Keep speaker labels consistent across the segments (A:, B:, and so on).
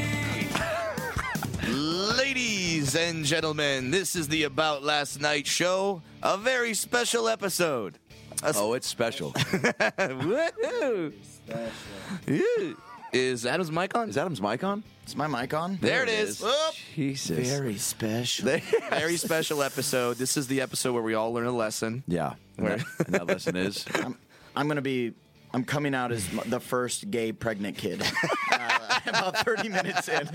A: night.
B: Ladies and gentlemen, this is the About Last Night show, a very special episode.
A: Oh, it's special.
B: Woohoo! Special. Is Adam's mic on?
A: Is Adam's mic on?
C: Is my mic on?
B: there it is. Oop.
D: Jesus.
C: Very special.
B: very special episode. This is the episode where we all learn a lesson.
A: Yeah. And that, and that lesson is
C: I'm, I'm gonna be. I'm coming out as m- the first gay pregnant kid. uh, about 30 minutes in.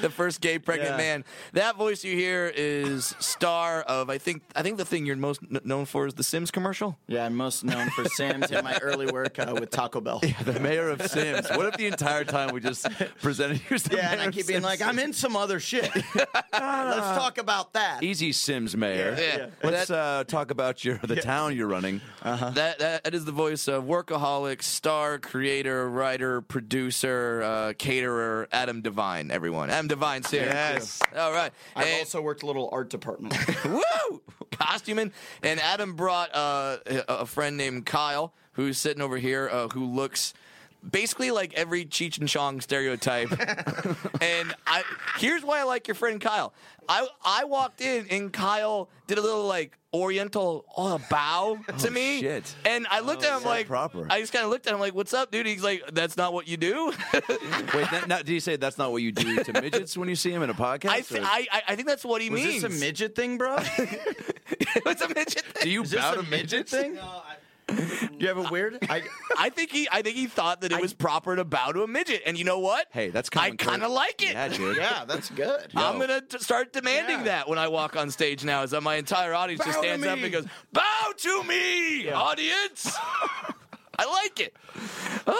B: the first gay pregnant
C: Yeah.
B: man. That voice you hear is star of I think I think the thing you're most kn- known for is the Sims commercial.
C: Yeah, I'm most known for Sims and my early work uh, with Taco Bell. Yeah,
A: the mayor of Sims. What if the entire time we just presented you as the mayor
C: and I
B: Mayor
C: keep
B: of
C: being
B: Sims.
C: like, I'm in some other shit. Let's talk about that.
A: Easy Sims mayor.
B: Yeah. Yeah.
A: Let's uh, talk about your the town you're running.
C: Uh.
B: That, that that is the voice of workaholic, star, creator, writer, producer, uh, caterer, Adam Devine. Everyone, Adam Devine's here.
A: Yes.
B: All right.
C: I've
B: And-
C: also worked a little art department.
B: woo, costuming. And Adam brought uh, a, a friend named Kyle, who's sitting over here, uh, who looks basically like every Cheech and Chong stereotype. and I here's why I like your friend Kyle. I I walked in and Kyle did a little like Oriental uh, bow to me,
A: shit.
B: and I looked at him
A: so
B: like
A: proper.
B: I just kind of looked at him like, "What's up, dude?" He's like, "That's not what you do."
A: Wait, that, now, do you say that's not what you do to midgets when you see him in a podcast?
B: I, th-
A: or-
B: I I I think that's what he
C: Was
B: means.
C: this a midget thing, bro?
B: it's a midget.
A: do you
C: Is this
A: bow to
C: a midget thing? you have a weird? I,
B: I think he I think he thought that it was proper to bow to a midget, and you know what?
A: Hey, that's
B: I
A: common
B: kind of
A: courage.
B: like it.
A: Yeah, dude.
C: yeah, that's good.
B: I'm gonna t- start demanding
C: Yeah.
B: that when I walk on stage now. Is that my entire audience just
C: Bow to
B: stands up
C: me.
B: and goes, "Bow to me, audience." I like it. Uh,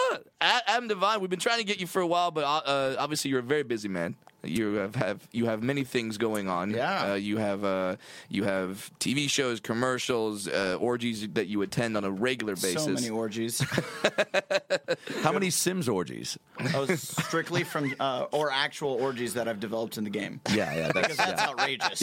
B: A- Adam Devine, we've been trying to get you for a while, but uh, uh, obviously you're a very busy man. You have, have you have many things going on.
C: Yeah.
B: Uh, you have uh, you have TV shows, commercials, uh, orgies that you attend on a regular basis.
C: So many orgies.
A: How many Sims orgies?
C: I was strictly from uh, or actual orgies that I've developed in the game.
A: Yeah, yeah, that's,
C: Because that's
A: yeah.
C: outrageous.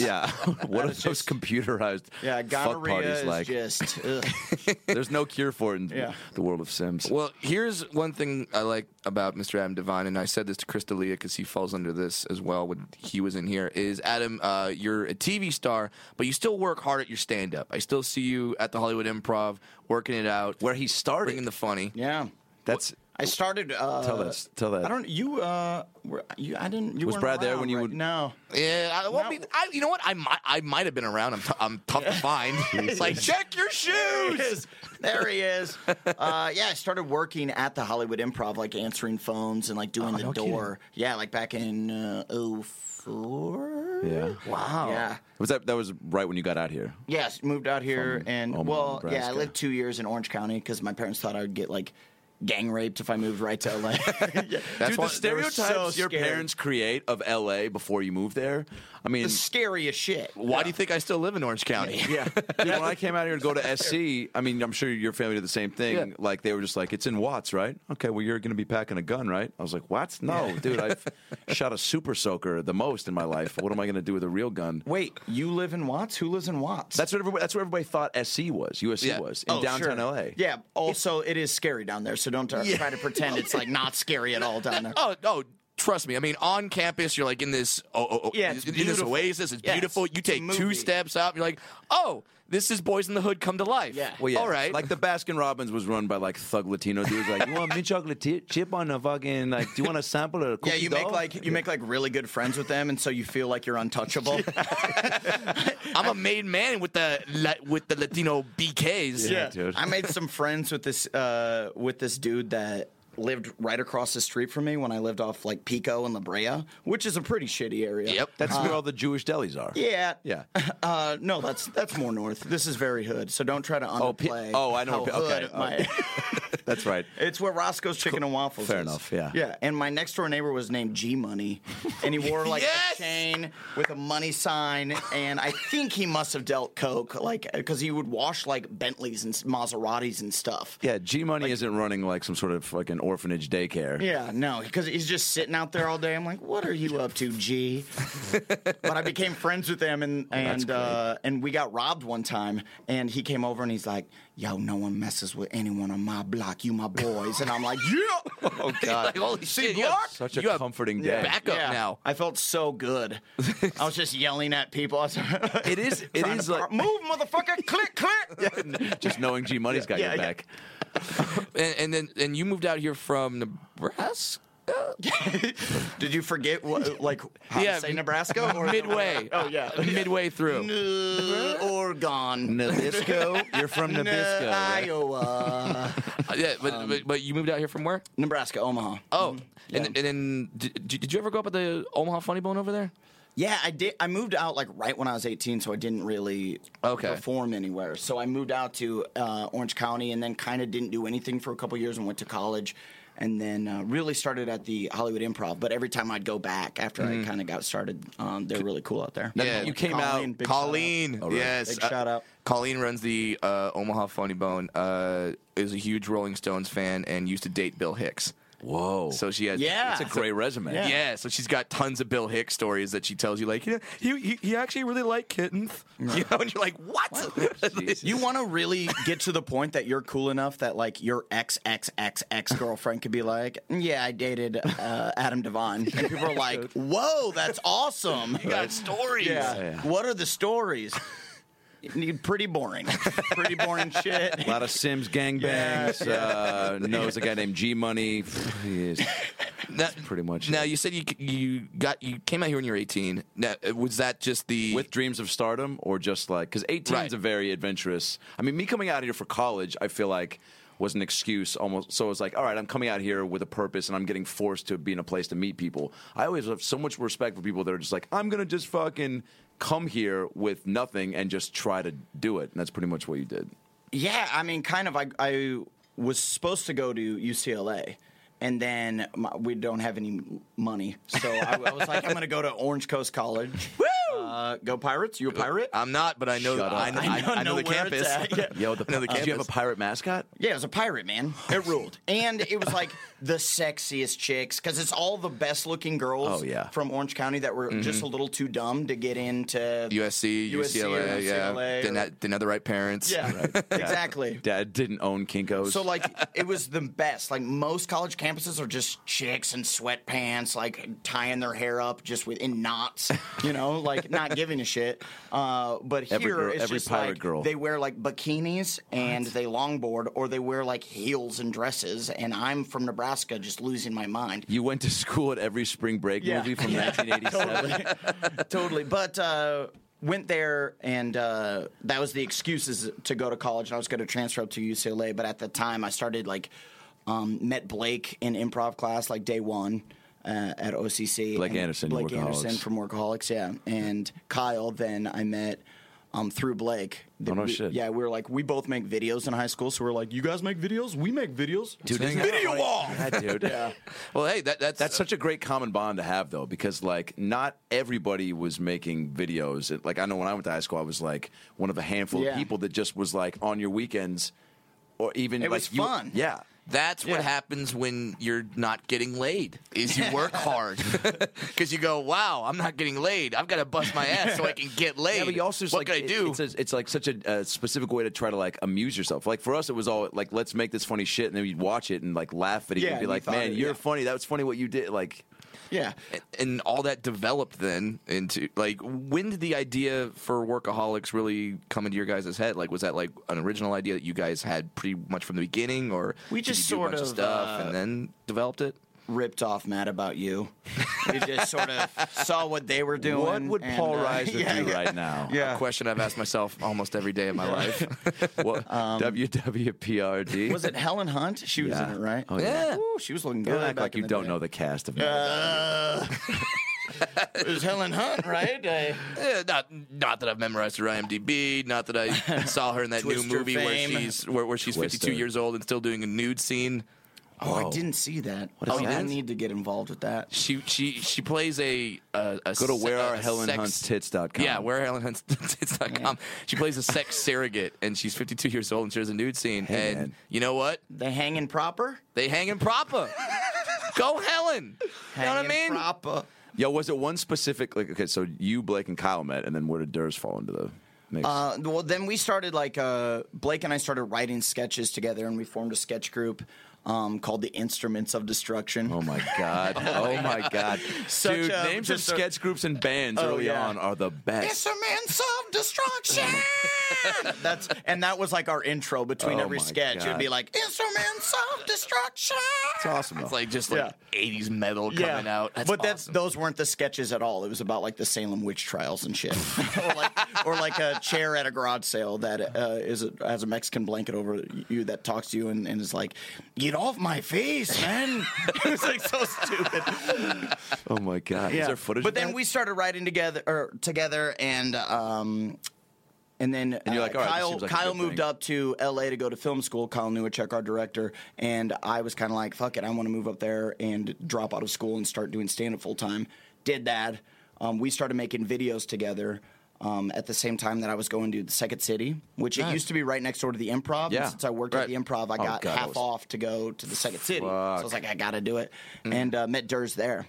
A: Yeah, what are those
C: is just-
A: computerized
C: Yeah,
A: fuck
C: gonorrhea
A: parties
C: is
A: like?
C: just ugh.
A: There's no cure for it in
C: Yeah.
A: the world of Sims.
B: Well, here's one thing I like about Mr. Adam Devine, and I said this to Chris D'Elia because he falls under this as well when he was in here. Is Adam, uh, you're a TV star, but you still work hard at your stand up. I still see you at the Hollywood Improv working it out,
A: Where he started.
B: bringing the funny.
C: yeah.
A: that's
C: I started. Uh,
A: Tell that- tell that.
C: I don't. You. Uh, were, you. I didn't. You
A: Was
C: weren't
A: Brad there
C: around,
A: when you
C: right?
A: would-
C: No.
B: Yeah, I, well, I
C: No.
B: mean, I, you know what? I might, I might have been around. I'm, t- I'm tough to find. It's like check your shoes.
C: There he is. Uh, yeah, I started working at the Hollywood Improv, like answering phones and like
A: Oh,
C: doing the door. Yeah, like back in uh, 04?
A: yeah.
B: Wow.
C: Yeah.
A: Was that that was right when you got out here?
C: Yes, moved out here,
A: From
C: and
A: Omaha,
C: well, yeah, I
A: Nebraska.
C: lived two years in Orange County because my parents thought I would get like gang raped if I moved right to LA. Yeah.
B: That's
A: Dude,
B: why
A: the
B: they were
A: stereotypes
B: so
A: your
C: scared.
A: parents create of LA before you move there. I mean,
C: the scariest shit.
B: Why do you think I still live in Orange County?
A: yeah. Dude, when I came out here to go to SC, I mean, I'm sure your family did the same thing.
B: Yeah.
A: Like they were just like, "It's in Watts, right? Okay, well, you're going to be packing a gun, right?" I was like, "What? No, dude, I've shot a super soaker the most in my life. What am I going to do with a real gun?"
C: Wait, you live in Watts? Who lives in Watts?
A: That's what everybody. That's what everybody thought SC was. USC
B: Yeah.
A: was in
C: Oh,
A: downtown
C: sure.
A: LA.
C: Yeah. Also, it is scary down there, so don't try, try to pretend it's like not scary at all down there.
B: Oh no, trust me. I mean, on campus, you're like in this oh, oh, oh,
C: Yeah, it's
B: in this
C: beautiful.
B: oasis. It's
C: Yeah, it's-
B: beautiful. you
C: it's a
B: take two
C: movie.
B: steps out, and you're like, oh, this is Boys in the Hood come to life.
C: Yeah.
E: Well, yeah.
B: All right.
E: Like the Baskin Robbins was run by like thug Latino dudes. Like, you want mint chocolate ti- chip on a fucking like? Do you want a sample of?
C: Yeah,
E: cookie
C: you make
E: dough?"
C: like you make like really good friends with them, and so you feel like you're untouchable.
B: I'm a made man with the la- with the Latino BKs.
E: Yeah. dude.
C: I made some friends with this uh, with this dude that lived right across the street from me when I lived off like Pico and La Brea, which is a pretty shitty area.
B: Yep.
E: That's where all the Jewish delis are.
C: Yeah.
E: Yeah.
C: Uh, no, that's that's more north. This is very hood, so don't try to underplay.
E: Oh, Pi- oh, I know
C: How
E: Pi- okay,
C: hood my-
E: That's right.
C: it's where Roscoe's Chicken and Waffles.
E: Fair
C: is.
E: enough, yeah.
C: Yeah. And my next door neighbor was named G Money, and he wore like
B: Yes!
C: a chain with a money sign, and I think he must have dealt coke, like because he would wash like Bentleys and Maseratis and stuff.
E: Yeah, G Money isn't running like some sort of fucking orphanage daycare.
C: Yeah, no, because he's just sitting out there all day. I'm like, what are you up to, G? but I became friends with him, and
E: Oh,
C: and uh, and we got robbed one time. And he came over and he's like, "Yo, no one messes with anyone on my block. You my boys." And I'm like, "Yeah."
E: Oh god.
B: Like, holy shit, you have,
E: Such a
B: you have
E: comforting day.
B: backup
C: Yeah.
B: now.
C: I felt so good. I was just yelling at people. I was
E: It is. It
C: trying
E: is
C: to-
E: like
C: move, motherfucker, click, click.
E: just knowing G Money's got
C: Yeah,
E: your
C: yeah.
E: back.
B: And, and then and you moved out here from Nebraska.
C: Did you forget what, like how
B: Yeah,
C: to say Nebraska or
B: midway.
C: Oh yeah,
B: midway through.
C: Uh, Oregon.
E: Nabisco, you're from
C: Nah,
E: Nabisco. right?
C: Iowa.
B: Uh, yeah, but,
E: Um,
B: but but you moved out here from where?
C: Nebraska, Omaha.
B: Oh, and, and then did, did you ever go up at the Omaha Funny Bone over there?
C: Yeah, I did. I moved out like right when I was 18, so I didn't really
B: Okay.
C: perform anywhere. So I moved out to uh, Orange County, and then kind of didn't do anything for a couple years, and went to college, and then uh, really started at the Hollywood Improv. But every time I'd go back after I kind of got started, um, they're really cool out there.
B: Yeah.
E: You came out.
C: big
B: Colleen,
E: really?
B: yes, Uh,
C: Big shout out.
B: Colleen runs the uh, Omaha Funny Bone. Uh, is a huge Rolling Stones fan and used to date Bill Hicks.
E: Whoa.
B: So she has
C: Yeah.
E: That's a great resume.
C: Yeah.
B: Yeah, so she's got tons of Bill Hicks stories that she tells you, like, yeah, he, he, he actually really liked kittens. You know, and you're like, what?
E: Jesus.
C: You want to really get to the point that you're cool enough that like your ex ex ex ex girlfriend could be like, "Yeah, I dated uh, Adam Devine," and people are like, "Whoa, that's awesome!"
B: you got stories.
C: Yeah.
E: Yeah.
C: What are the stories? Need- Pretty boring. Pretty boring shit.
E: A lot of Sims gangbangs. Uh, knows a guy named G Money. He is
B: Now,
E: pretty much
B: Now
E: it.
B: you said you you got you came out here when you were 18. Now uh, was that just the
E: with dreams of stardom, or just like because 18
B: Right.
E: is a very adventurous. I mean, me coming out here for college, I feel like was an excuse almost. So it was like, all right, I'm coming out here with a purpose, and I'm getting forced to be in a place to meet people. I always have so much respect for people that are just like, I'm gonna just fucking come here with nothing and just try to do it, and that's pretty much what you did.
C: Yeah, I mean, kind of. I, I was supposed to go to UCLA, and then my, we don't have any money, so I, I was like, I'm going to go to Orange Coast College. Woo! Uh, go Pirates! You a pirate?
B: I'm not, but I know
E: Shut up.
B: I know, I know, I know the
C: where it's
B: campus.
C: at. Yeah.
E: Yo, the,
B: I know the
E: did you have a
B: campus.
E: pirate mascot?
C: Yeah, it was a pirate, man. It ruled. and it was like the sexiest chicks because it's all the best looking girls
E: Oh, yeah.
C: from Orange County that were just a little too dumb to get into.
B: USC,
C: USC or
B: UCLA, yeah,
C: UCLA
B: didn't
C: or-
B: have, didn't have the right parents.
C: Yeah, exactly.
E: Dad didn't own Kinkos.
C: So like it was the best. Like most college campuses are just chicks in sweatpants, like tying their hair up just with in knots, you know, like not giving a shit. Uh, but here
E: Every girl-
C: it's
E: every
C: just
E: pirate
C: like
E: girl.
C: they wear like bikinis and they longboard, or they wear like heels and dresses. And I'm from Nebraska, just losing my mind.
E: You went to school at every spring break
C: Yeah.
E: movie from 1987.
C: totally. But uh, went there, and uh, that was the excuses to go to college. And I was going to transfer up to UCLA, but at the time, I started like um, met Blake in improv class, like day one. Uh, at OCC,
E: Blake
C: And
E: Anderson,
C: Blake
E: Workaholics.
C: Anderson from Workaholics, yeah, and Kyle. Then I met um, through Blake.
E: Oh, no
C: We-
E: shit.
C: Yeah, we were like, we both make videos in high school, so we are like, you guys make videos, we make videos,
E: Dude, isn't that
C: video
E: funny?
C: wall.
E: Yeah, dude.
B: Well, hey, that, that's
E: That's such a great common bond to have, though, because like not everybody was making videos. It- Like I know when I went to high school, I was like one of a handful of
C: Yeah.
E: people that just was like on your weekends, or even
C: It
E: like,
C: was
E: you-
C: fun.
E: Yeah,
B: That's what
C: Yeah.
B: happens when you're not getting laid. Is you work hard because you go, "Wow, I'm not getting laid. I've got to bust my ass so I can get laid."
E: Yeah, but you also just,
B: what
E: like,
B: can I
E: it-
B: do?
E: It's, a- it's, like such a, uh specific way to try to like amuse yourself. Like for us, it was all like let's make this funny shit, and then you'd watch it and like laugh at it
C: Yeah,
E: and be
C: and you
E: like,
C: thought
E: "Man,
C: it-
E: you're
C: yeah.
E: funny. That was funny what you did." Like
C: Yeah.
B: and all that developed then into like when did the idea for workaholics really come into your guys' head like was that like an original idea that you guys had pretty much from the beginning or
C: We
B: did
C: just
B: you do a
C: sort
B: bunch of,
C: of,
B: stuff
C: uh,
B: and then developed it
C: Ripped off Mad About You. We just sort of saw what they were doing.
E: What would
C: and,
E: Paul
C: uh,
E: Reiser
C: yeah,
E: do
C: yeah.
E: right now?
C: Yeah.
B: a question i've asked myself almost every day of my life
E: What,
C: Um,
E: WWPRD?
C: Was it Helen Hunt? She was
E: Yeah.
C: in it, right?
E: Oh, yeah.
B: Yeah.
C: Ooh, she was looking good.
E: Don't act
C: back
E: like
C: in
E: you
C: the
E: don't
C: day.
E: know the cast of it.
C: Uh, it was Helen Hunt, right? I-
B: Eh, not not that i've memorized her imdb not that i saw her in that new
C: Twister
B: movie where
C: fame.
B: she's where, where she's 52
E: Twister.
B: years old and still doing a nude scene
C: oh, I didn't see that.
E: is
C: oh,
E: that?
C: I need to get involved with that.
B: she she she plays a, a, a
E: Go to
B: se-
E: where
B: a
E: are Helen
B: sex-
E: Hunt's tits.com.
B: Yeah, where Helen Hunt's tits.com. She plays a sex surrogate, and she's 52 years old, and she has a nude scene.
E: Hey,
B: and
E: man.
B: you know what?
C: The hanging proper.
B: They hanging proper. Go Helen. You know what I
C: Hanging
B: mean?
C: Proper.
E: Yo, was it one specific? Like, okay, so you, Blake, and Kyle met, and then where did Durs fall into the mix?
C: Uh, well, then we started like uh, Blake and I started writing sketches together, and we formed a sketch group um, called the Instruments of Destruction.
E: oh my god! Oh my god!
C: Such
E: Dude,
C: a-
E: names of
C: just a-
E: sketch groups and bands
C: Oh,
E: early
C: yeah.
E: on are the best.
C: Instruments of Destruction. That's and that was like our intro between
E: Oh
C: every
E: my
C: sketch. It'd be
E: God.
C: like Instruments of Destruction.
E: It's awesome.
B: It's
E: though.
B: like just like 80s metal coming out. That's
C: but that's
B: awesome.
C: those weren't the sketches at all. It was about like the Salem witch trials and shit, or like or like a chair at a garage sale that uh, is a, has a Mexican blanket over you that talks to you and, and is like, "Get off my face, man!" it was like so stupid.
E: oh my god! Is there footage?
C: But
E: of
C: then
E: that?
C: we started writing together, or together, and um, and then uh,
E: And you're like, all right, this
C: Kyle,
E: seems like a
C: Kyle
E: good
C: moved
E: thing.
C: up to L.A. to go to film school. Kyle Newacek, our director, and I was kind of like, fuck it, I want to move up there and drop out of school and start doing stand up full time. Did that. Um, we started making videos together. Um, at the same time that I was going to the Second City, which it used to be right next door to the Improv. and
E: Yeah.
C: since I worked at
E: Right.
C: the Improv,
E: Oh,
C: I
E: God,
C: got
E: that
C: half
E: was-
C: off to go to the Second City. So I was like, I gotta do it,
E: Mm.
C: and uh, met Durs there.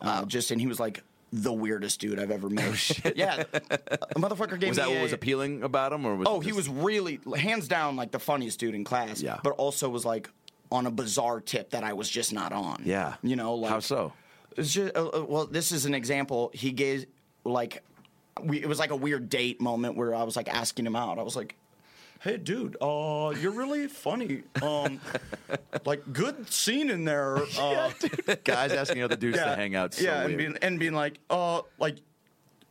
C: Uh, just and he was like the weirdest dude I've ever met. Yeah, a motherfucker
E: Oh,
C: gave
E: was
C: me.
E: that what was
C: a-
E: appealing about him, or was
C: Oh,
E: it
C: he
E: just-
C: was really hands down like the funniest dude in class.
E: Yeah.
C: but also was like on a bizarre tip that I was just not on.
E: Yeah,
C: you know, like
E: how so?
C: it's just, uh, uh, well, this is an example. He gave like we, it was like a weird date moment where I was like asking him out. I was like, "Hey, dude, uh, you're really funny. Um, like, good scene in there. Uh,
E: Guys asking other dudes to hang out. So
C: yeah,
E: weird.
C: and being and being like, uh, like.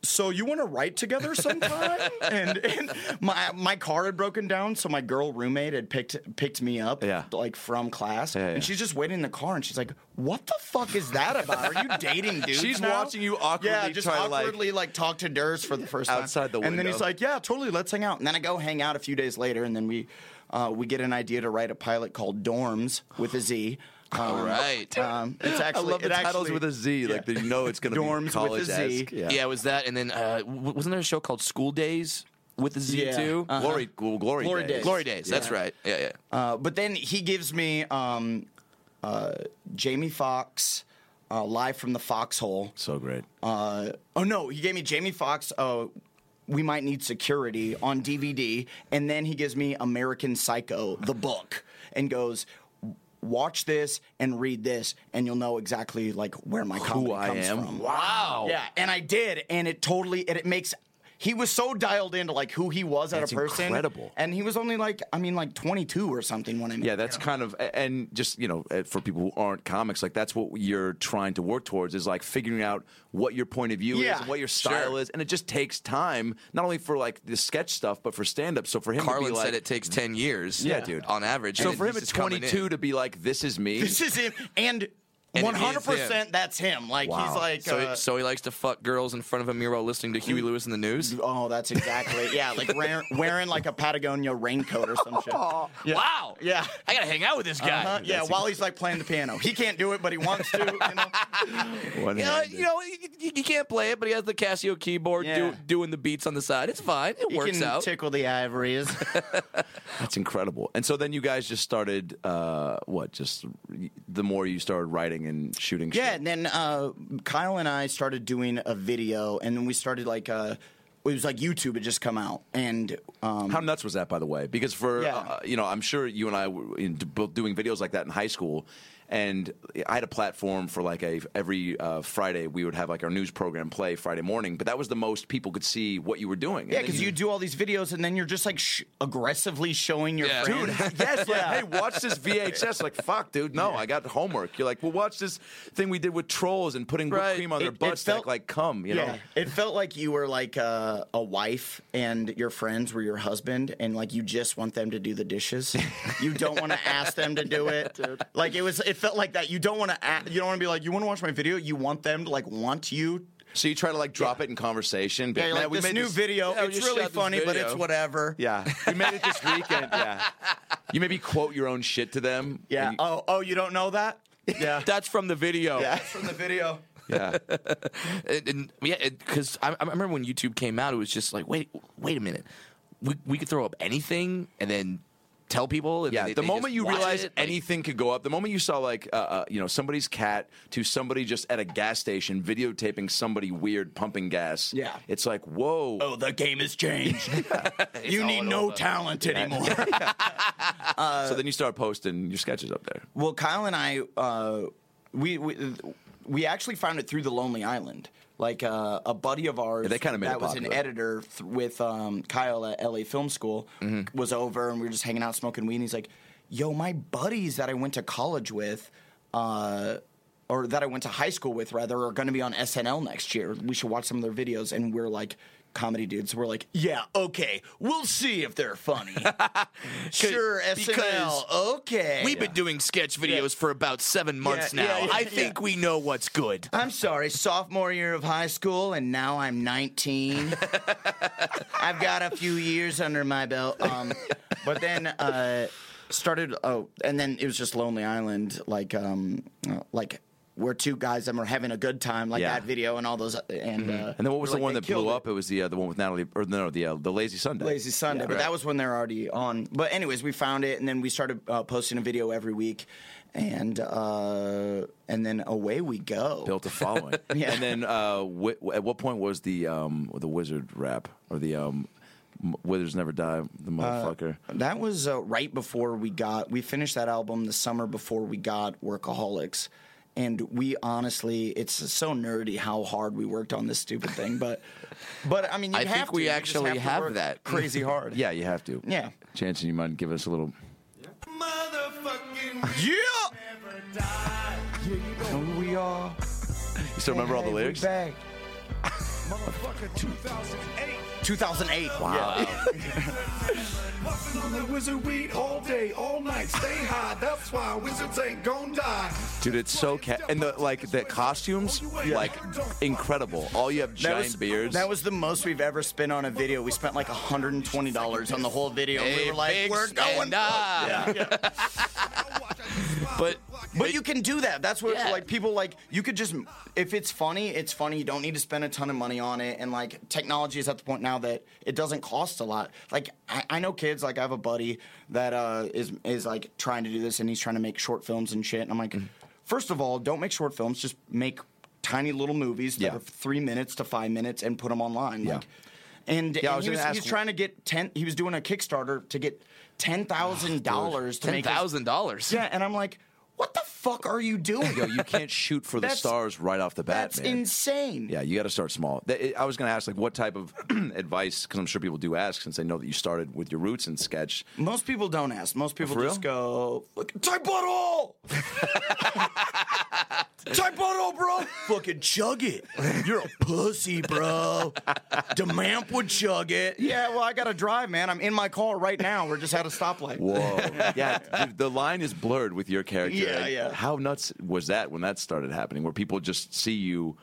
C: So you want to write together sometime? and, and my my car had broken down, so my girl roommate had picked picked me up,
E: Yeah.
C: like from class,
E: Yeah, yeah.
C: and she's just waiting in the car, and she's like, "What the fuck is that about? Are you dating dudes?"
E: She's
C: now?"
E: watching you awkwardly
C: yeah, just
E: try to, like-
C: awkwardly like, talk to Durs for the first time
E: Outside the
C: and then he's
E: window.
C: like, "Yeah, totally, let's hang out." And then I go hang out a few days later, and then we uh, we get an idea to write a pilot called Dorms with a Z. Um,
B: All right.
C: um, it's
E: I
C: actually
E: love the
C: it
E: titles
C: actually-
E: with a Z. Like
C: yeah.
E: they know it's going to
C: Dorms
E: be
C: with a
E: college
C: Z.
B: yeah. it was that. And then uh, w- wasn't there a show called School Days with the Z
C: Yeah.
B: too?
C: Uh-huh.
E: Glory, gl- glory,
C: Glory
E: days.
C: days.
B: Glory Days. That's right. Yeah, yeah.
C: Uh, but then he gives me um, uh, Jamie Fox uh, live from the Foxhole.
E: So great.
C: Uh, oh no, he gave me Jamie Fox. Uh, we might need security on DVD, and then he gives me American Psycho, the book, and goes. Watch this and read this, and you'll know exactly like where my comedy
E: Who I
C: comes
E: am.
C: from.
B: Wow.
C: Yeah, and I did, and it totally and it makes. He was so dialed into like who he was as
E: That's
C: a person,
E: incredible.
C: And he was only like, I mean, like twenty two or something when I met.
E: Yeah, that's kind of a- and just you know uh, for people who aren't comics, like that's what you're trying to work towards is like figuring out what your point of view is,
C: Yeah,
E: and what your style
B: sure.
E: is, and it just takes time, not only for like the sketch stuff, but for stand up. So for him, to
B: Carlin
E: be like,
B: said it takes 10 years.
E: Yeah, dude.
B: On average.
E: So
B: and
E: for him,
B: he's
E: it's
B: just coming in.
E: 22 to be like, this is me.
C: this is him, and
B: And it is
C: one hundred percent that's him. Like
E: Wow.
C: he's like,
B: So,
C: uh, Mm.
B: so he likes to fuck girls in front of a mural listening to Huey Lewis in the news.
C: oh, that's exactly yeah, like wearing, wearing like a Patagonia raincoat or some shit.
B: Wow.
C: Yeah.
B: I gotta hang out with this guy.
C: Uh-huh, yeah, while he's like playing the piano, he can't do it, but he wants to. You know?
B: You know, you know, he, he- he can't play it, but he has the Casio keyboard do,
C: Yeah.
B: doing the beats on the side. It's fine. It
C: He
B: works
C: can
B: out.
C: tickle the ivories.
E: That's incredible. And so then you guys just started, uh, what? Just the more you started writing and shooting.
C: Yeah,
E: shit.
C: and then uh, Kyle and I started doing a video, and then we started like uh, it was like YouTube had just come out, and um,
E: How nuts was that, by the way? Because for
C: Yeah.
E: uh, you know, I'm sure you and I were in, both doing videos like that in high school, And I had a platform for like a every uh, Friday we would have like our news program play Friday morning, but that was the most people could see what you were doing. And
C: Yeah,
E: then
C: because you do all these videos and then you're just like sh- aggressively showing your
B: Yeah.
C: friends.
E: yes, like, hey, watch this VHS. Like, fuck, dude, no, I got homework. You're like, well, watch this thing we did with trolls and putting whipped
B: Right.
E: cream on their
C: It- it
E: butts.
C: felt-
E: that, like, come, you know.
C: it felt like you were like a, a wife, and your friends were your husband, and like you just want them to do the dishes. you don't want to ask them to do it. Like it was, it felt like that. You don't want to. a You don't want to be like. You want to watch my video. You want them to like want you.
E: So you try to like drop it in conversation. But
C: Yeah, you're
E: man,
C: like,
E: we
C: this
E: made
C: new video.
B: yeah, we
C: it's
B: just
C: really
B: shot this
C: funny, but
B: video."
C: it's whatever.
E: Yeah, we made it this weekend. Yeah, you maybe quote your own shit to them.
C: Yeah.
E: and you-
C: oh, oh, you don't know that? Yeah.
B: That's from the video.
C: That's from the video.
E: yeah.
B: and, and yeah, because I, I remember when YouTube came out, it was just like, wait, wait a minute, we we could throw up anything and then tell people. And
E: Yeah,
B: they-
E: the
B: they
E: moment
B: just
E: you
B: watch
E: realize
B: it, like-
E: anything could go up, the moment you saw like uh, uh, you know somebody's cat to somebody just at a gas station videotaping somebody weird pumping gas.
C: Yeah.
E: it's like whoa.
C: Oh, the game has changed. you
B: all
C: need
B: in
C: no
B: all the-
C: talent anymore. uh,
E: so then you start posting your sketches up there.
C: Well, Kyle and I, uh, we, we we actually found it through the Lonely Island. Like uh, a buddy of ours,
E: Yeah, they kinda made
C: that
E: it
C: was an
E: popular.
C: editor th- with um, Kyle at LA Film School
E: Mm-hmm.
C: was over, and we were just hanging out smoking weed. And he's like, "Yo, my buddies that I went to college with." Uh, or that I went to high school with, rather, are going to be on SNL next year. We should watch some of their videos. And we're like, comedy dudes. We're like, yeah, okay, we'll see if they're funny. sure,
B: because
C: SNL, okay.
B: We've been doing sketch videos for about seven months
C: Yeah,
B: now.
C: yeah, yeah,
B: I
C: yeah.
B: think we know what's good.
C: I'm sorry, sophomore year of high school, and now I'm 19. I've got a few years under my belt. Um, but then uh, started. Oh, and then it was just Lonely Island. Like, um, uh, like we're two guys and we're having a good time, like
E: Yeah. Mm-hmm.
C: that video and all those. And uh,
E: And then what was the
C: we're like,
E: one
C: they
E: that blew
C: killed it.
E: up? It was the uh, the one with Natalie, or no, the uh, the Lazy Sunday.
C: Lazy Sunday, but that was when they're already on. But anyways, we found it, and then we started uh, posting a video every week, and uh, and then away we go.
E: built a following.
C: Yeah.
E: And then uh, wh- at what point was the um, the wizard rap or the um, M- withers never die?
C: Uh,
E: The motherfucker.
C: That was uh, right before we got we finished that album the summer before we got Workaholics, and we honestly it's so nerdy how hard we worked on this stupid thing, but but I mean you
B: I
C: have
B: think
C: to.
B: we
C: You just
B: actually
C: to
B: have
C: work
B: that.
C: crazy hard.
E: yeah, you have to.
C: yeah.
E: Chance, you mind give us a little?
A: Motherfucking
C: Yeah.
A: never die.
C: Who we are?
E: You still remember all the lyrics?
C: Back.
A: Motherfucker 2008.
C: 2008. Wow.
A: Puffing on that wizard weed all day, all night. Stay high. That's why wizards ain't gonna die.
E: Dude, it's so ca- and the like the costumes
C: Oh,
E: like incredible. All you have
C: That
E: giant
C: was,
E: beards.
C: That was the most we've ever spent on a video. We spent like $120 on the whole video. and we
B: Hey,
C: were like,
B: big
C: we're going.
B: spender. uh, But
C: But you can do that. That's what
B: Yeah.
C: like people like you could just if it's funny, it's funny. You don't need to spend a ton of money on it. And like technology is at the point now that it doesn't cost a lot. Like I, I know kids. Like I have a buddy that uh, is is like trying to do this, and he's trying to make short films and shit. And I'm like,
E: Mm-hmm.
C: first of all, don't make short films. Just make tiny little movies that
E: Yeah.
C: are three minutes to five minutes and put them online.
E: Yeah.
C: Like, and,
E: I
C: and
E: was
C: he was
E: gonna
C: he's
E: ask-
C: trying to get ten. He was doing a Kickstarter to get ten thousand dollars to
B: ten
C: make his
B: thousand dollars.
C: yeah, and I'm like, what the fuck are you doing?
E: Yo, you can't shoot for the
C: That's-
E: stars right off the bat,
C: That's
E: man.
C: insane.
E: Yeah, you got to start small. That- it- I was going to ask, like, what type of advice? Because I'm sure people do ask, since they know that you started with your roots in sketch.
C: Most people don't ask. Most people
E: For
C: just go, "Fucking type butthole! type butthole, bro! Fucking chug it. You're a pussy, bro. Demamp would chug it. Yeah, well, I gotta drive, man. I'm in my car right now. We're just at a stoplight.
E: Whoa, yeah, dude, the line is blurred with your character.
C: Yeah,
E: Like,
C: yeah.
E: How nuts was that when that started happening? Where people just see you.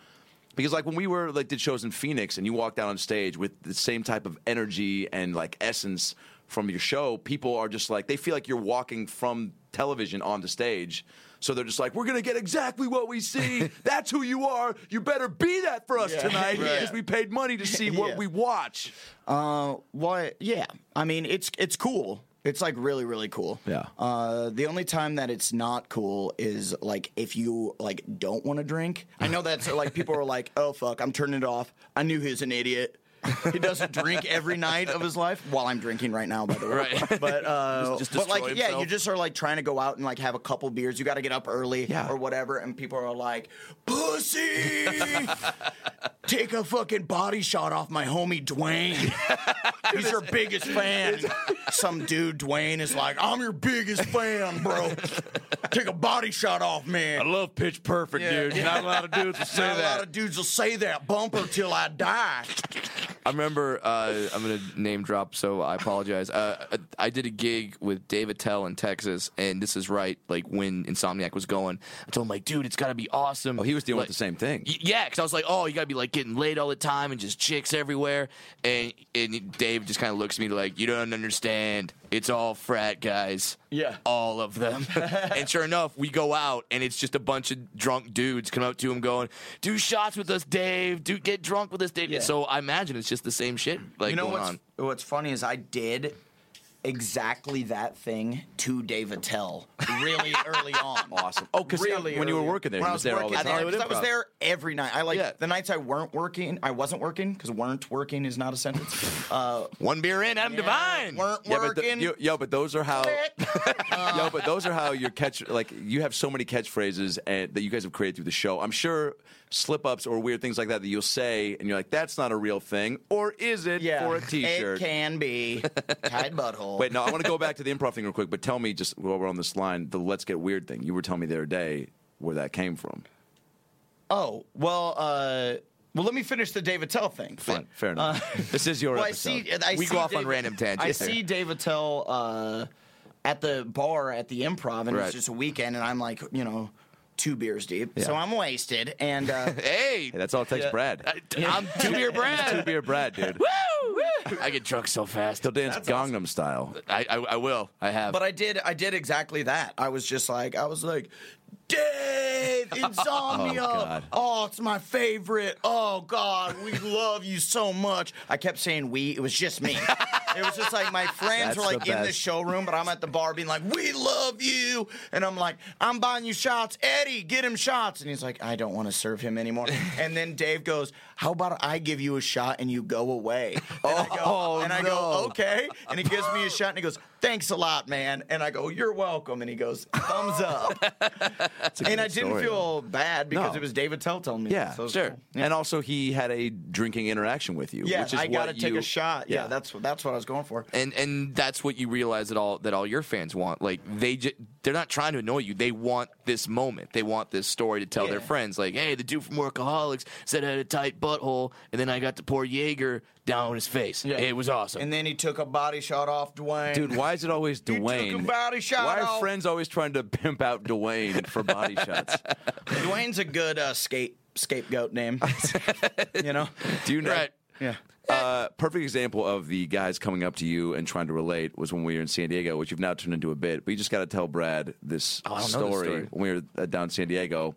E: Because like when we were like did shows in Phoenix and you walked out on stage with the same type of energy and like essence from your show, people are just like they feel like you're walking from television onto stage. So they're just like, we're gonna get exactly what we see. That's who you are. You better be that for us
C: Yeah.
E: tonight
C: Right.
E: because we paid money to see what
C: Yeah.
E: we watch.
C: Uh, what? Yeah. I mean, it's it's cool. It's like really really cool.
E: Yeah.
C: Uh, the only time that it's not cool is like if you like don't want to drink. I know that's like people are like, oh fuck, I'm turning it off. I knew he was an idiot. he doesn't drink every night of his life. While I'm drinking right now, by the way.
B: Right.
C: But uh,
B: Just- just
C: but like
B: destroy
C: yeah,
B: himself.
C: you just are like trying to go out and like have a couple beers. You got to get up early
E: Yeah.
C: or whatever, and people are like, "Pussy, take a fucking body shot off my homie Dwayne. He's your biggest fan." Some dude Dwayne is like, "I'm your biggest fan, bro. Take a body shot off, man."
E: love Pitch Perfect, dude. Not a lot of dudes will say
C: Not a lot of dudes will say that bumper till I die.
B: I remember uh, I'm gonna name drop, so I apologize. Uh, I did a gig with Dave Attell in Texas, and this is right like when Insomniac was going. I told him like, dude, it's gotta be awesome.
E: Oh, he was dealing
B: like,
E: with the same thing.
B: Y- Yeah, because I was like, oh, you gotta be like getting laid all the time and just chicks everywhere. And and Dave just kind of looks at me like, you don't understand. It's all frat guys.
C: Yeah.
B: all of them. and sure enough, we go out and it's just a bunch of drunk dudes come up to him going, do shots with us, Dave. Do get drunk with us, Dave.
C: Yeah.
B: So I imagine it's just the same shit like
C: you know
B: going
C: what's
B: on.
C: what's funny is I did exactly that thing to Dave Attell really early on.
E: Awesome. Oh, 'cause, yeah, when you were
C: early on.
E: working there,
C: When
E: he
C: I
E: was
B: Oh,
E: there all the
C: working
E: time.
C: there, 'cause I was there every night. I like
B: Yeah.
C: the nights I weren't working. I wasn't working because weren't working is not a sentence. Uh,
B: One beer in, Adam Devine.
C: weren't
E: Yeah, but,
C: working.
E: th- yo, yo, but those are how. yo, but those are how your catch. Like you have so many catchphrases and, that you guys have created through the show. I'm sure slip ups or weird things like that that you'll say, and you're like, "That's not a real thing," or is it
C: yeah,
E: for a T-shirt?
C: It can be tied butthole.
E: Wait, no, I want to go back to the improv thing real quick. But tell me, just while we're on this line, the "Let's Get Weird" thing you were telling me the other day, where that came from.
C: Oh well. Uh, well, let me finish the Dave Attell thing.
E: Fine, fair enough. this is your
C: Uh, Well, I
E: episode.
C: see. I
B: We
C: see
B: go off on
C: Dave-
B: random
C: I
B: tangents here.
C: see Dave Attell uh, at the bar at the Improv, and
B: Right.
C: it's just a weekend, and I'm like, you know, two beers deep, so I'm wasted, and uh,
E: Hey,
B: Hey,
E: that's all it takes,
C: Yeah.
E: Brad.
B: I- I'm two beer
E: Two
B: Brad.
E: beer, Brad, dude.
B: Woo! I get drunk so fast.
E: He'll dance Gangnam Style.
B: I, I, I will. I have.
C: but I did, I did exactly that. I was just like, I was like. Dave, Insomnia.
E: Oh,
C: oh,
E: God.
C: it's my favorite. Oh, God, we love you so much. I kept saying we. It was just me. It was just like my friends
E: That's
C: were like
E: the
C: in the
E: best.
C: showroom, but I'm at the bar being like, "We love you," and I'm like, "I'm buying you shots, Eddie. Get him shots." And he's like, "I don't want to serve him anymore." And then Dave goes, "How about I give you a shot and you go away?" And I go,
E: Oh,
C: and I
E: no.
C: go, "Okay." And he gives me a shot and he goes, "Thanks a lot, man." And I go, "You're welcome." And he goes, "Thumbs up." and I didn't
E: story,
C: feel bad because
E: No.
C: it was David Tell telling me.
E: Yeah,
C: that, so it was
B: sure.
C: cool.
E: And also, he had a drinking interaction with you.
C: Yeah,
E: which is
C: I gotta
E: what
C: take
E: you-
C: a shot. Yeah,
E: yeah.
C: that's that's what I was going for.
B: and and that's what you realize that all that all your fans want. Like they j- they're not trying to annoy you. They want this moment. They want this story to tell their
C: Yeah.
B: friends. Like, hey, the dude from Workaholics said I had a tight butthole, and then I got to pour Jaeger down on his face. It was awesome.
C: And then he took a body shot off Dwayne.
E: Dude, why is it always
C: took a
E: Dwayne?
C: body shot
E: why are
C: off.
E: friends always trying to pimp out Dwayne for body shots?
C: Dwayne's a good uh, skate scapegoat name. you know?
E: Do you know?
B: right.
C: Yeah.
E: Uh, perfect example of the guys coming up to you and trying to relate was when we were in San Diego, which you've now turned into a bit. But you just got to tell Brad this,
C: Oh,
B: I don't know
E: story
B: this story.
E: when we were uh, down in San Diego.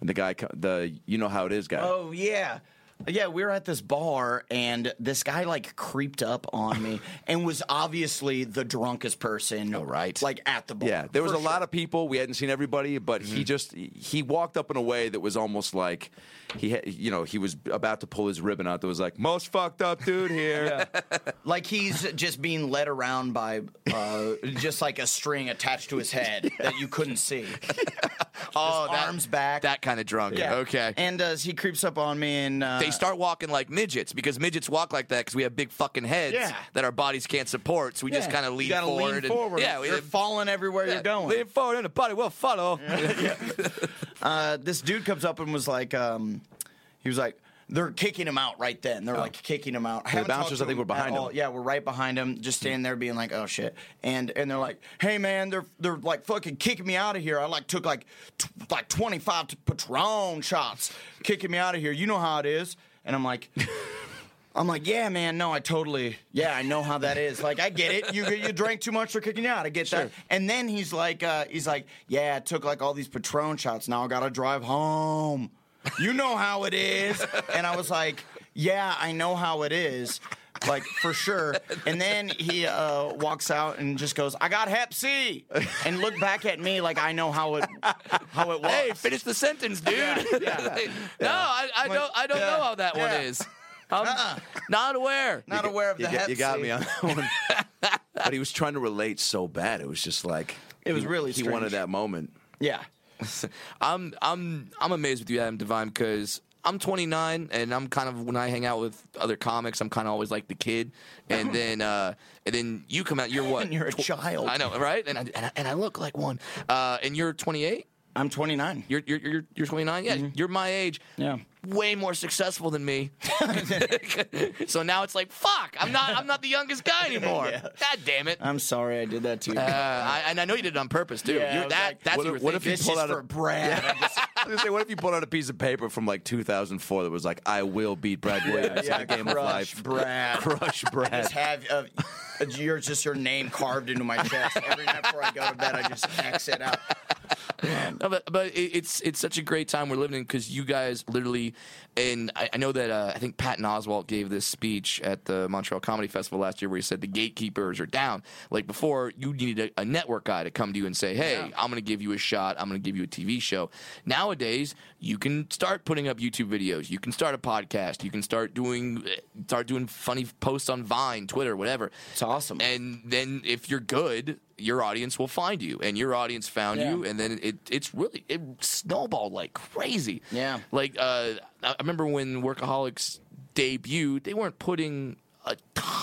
E: And the guy, co- the you know how it is guy.
C: Oh yeah. Yeah, we were at this bar and this guy like creeped up on me and was obviously the drunkest person.
B: Oh, right.
C: Like at the bar.
E: Yeah, there was a lot of people. We hadn't seen everybody, but
C: Mm-hmm.
E: he just he walked up in a way that was almost like he had, you know he was about to pull his ribbon out. That was like most fucked up dude here.
C: Like he's just being led around by uh, just like a string attached to his head that you couldn't see.
B: Oh, that,
C: Arms back.
B: that kind of drunk. Okay.
C: And uh, he creeps up on me and uh,
B: they start walking like midgets because midgets walk like that because we have big fucking heads
C: Yeah.
B: that our bodies can't support. So we just
C: Yeah.
B: kind of lean
C: you gotta
B: forward.
C: Lean
B: and,
C: forward.
B: Yeah, we
C: you're falling everywhere you're going.
B: Lean forward and the body will follow.
C: uh, this dude comes up and was like, um, he was like, they're kicking him out right then. They're like kicking him out. I haven't talked
E: Oh. bouncers,
C: to
E: I think,
C: him
E: were behind him.
C: at all. Yeah, we're right behind him, just standing there, being like, "Oh shit!" And and they're like, "Hey man, they're they're like fucking kicking me out of here." I like took like t- like twenty five Patron shots, kicking me out of here. You know how it is. And I'm like. I'm like, yeah, man, no, I totally, yeah, I know how that is. Like, I get it. You you drank too much, they're kicking you out. I get that. And then he's like, uh, he's like, yeah, I took like all these Patron shots. Now I gotta drive home. You know how it is. And I was like, yeah, I know how it is. Like for sure, and then he uh, walks out and just goes, "I got Hep C," and looked back at me like I know how it how it was.
B: Hey, finish the sentence, dude. no, I, I don't. I don't know how that one
C: Yeah. Uh-uh.
B: is. I'm not aware.
C: Not aware of the
E: You, get-
C: Hep
E: you got
C: C.
E: me on that one. but he was trying to relate so bad. It was just like
C: It was
E: he-
C: really
E: he wanted
C: strange.
E: that moment.
C: Yeah.
B: I'm I'm I'm amazed with you, Adam Divine, because I'm 29 and I'm kind of when I hang out with other comics, I'm kind of always like the kid, and then uh, and then you come out, you're what?
C: And you're a
B: Tw-
C: child.
B: I know, right? And I, and I, and I look like one. Uh, and you're 28.
C: I'm 29.
B: You're you're you're, you're 29. Yeah,
C: Mm-hmm.
B: you're my age.
C: Yeah.
B: Way more successful than me. so now it's like, fuck, I'm not I'm not the youngest guy anymore. God damn it.
C: I'm sorry I did that to you.
B: Uh, I, and I know you did it on purpose too.
C: Yeah, I
B: You're,
C: was
B: that
C: like,
B: that's
E: what
B: what,
E: if-
B: you were
E: what if
B: thinking.
E: you
C: this is
E: pull out a-
C: for Brad.
E: I was gonna say, what if you pulled out a piece of paper from like 2004 that was like, "I will beat Brad Williams in a game of
C: crush
E: life."
C: Brad.
E: Crush
C: Just
E: Brad.
C: have uh, you're just your name carved into my chest every night before I go to bed. I just X it out.
B: No, but but it, it's it's such a great time we're living in because you guys literally, and I, I know that uh, I think Patton Oswalt gave this speech at the Montreal Comedy Festival last year where he said the gatekeepers are down. Like before, you needed a, a network guy to come to you and say, "Hey, I'm going to give you a shot. I'm going to give you a TV show." Nowadays, you can start putting up YouTube videos. You can start a podcast. You can start doing start doing funny posts on Vine, Twitter, whatever.
C: It's awesome.
B: And then if you're good, your audience will find you, and your audience found you, and then it it's really it snowballed like crazy.
C: Yeah.
B: Like uh, I I remember when Workaholics debuted, they weren't putting a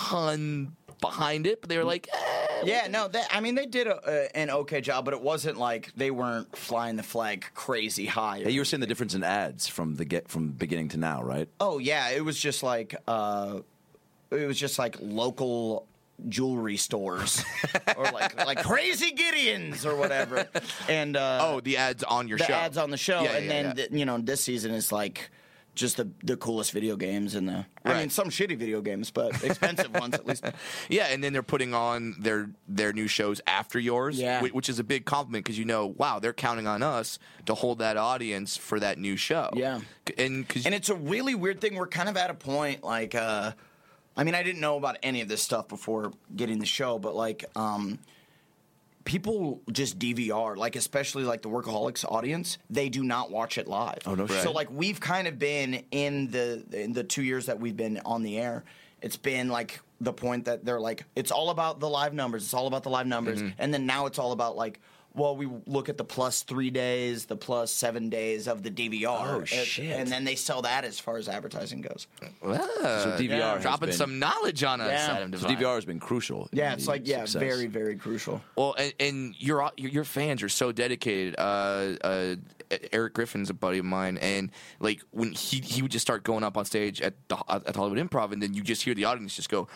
B: ton behind it, but they were like, eh,
C: Yeah, no, that, I mean they did a, uh, an okay job, but it wasn't like they weren't flying the flag crazy high.
E: Yeah, you were saying the difference in ads from the get from beginning to now, right?
C: Oh yeah, it was just like uh, it was just like local jewelry stores or like like crazy Gideons or whatever. And uh,
B: oh, the ads on your
C: the
B: show,
C: ads on the show,
B: Yeah,
C: and
B: yeah,
C: then
B: yeah.
C: th- you know this season is like just the the coolest video games and the I mean
B: Right.
C: some shitty video games, but expensive ones at least.
B: Yeah, and then they're putting on their their new shows after yours,
C: Yeah.
B: whi- which is a big compliment because you know, wow, they're counting on us to hold that audience for that new show.
C: Yeah.
B: C- and because
C: And it's a really weird thing. We're kind of at a point like uh I mean, I didn't know about any of this stuff before getting the show, but like um people just DVR, like especially like the workaholics audience, they do not watch it live. Oh
E: no
C: So
E: shit.
C: like we've kind of been in the in the 2 years that we've been on the air, it's been like the point that they're like it's all about the live numbers, it's all about the live numbers.
E: Mm-hmm.
C: And then now it's all about like well, we look at the plus three days, the plus seven days of the DVR.
E: Oh,
C: and-
E: shit.
C: And then they sell that as far as advertising goes.
E: So
C: Uh,
E: DVR has
B: dropping
E: been-
B: some knowledge on us,
C: Yeah.
B: Adam
E: So
B: Devine.
E: DVR has been crucial. in
C: Yeah, it's
E: the
C: like yeah,
E: success.
C: very very crucial.
B: Well, and, and your your your fans are so dedicated. Uh, uh, Eric Griffin's a buddy of mine, and like when he he would just start going up on stage at the at the Hollywood Improv, and then you just hear the audience just go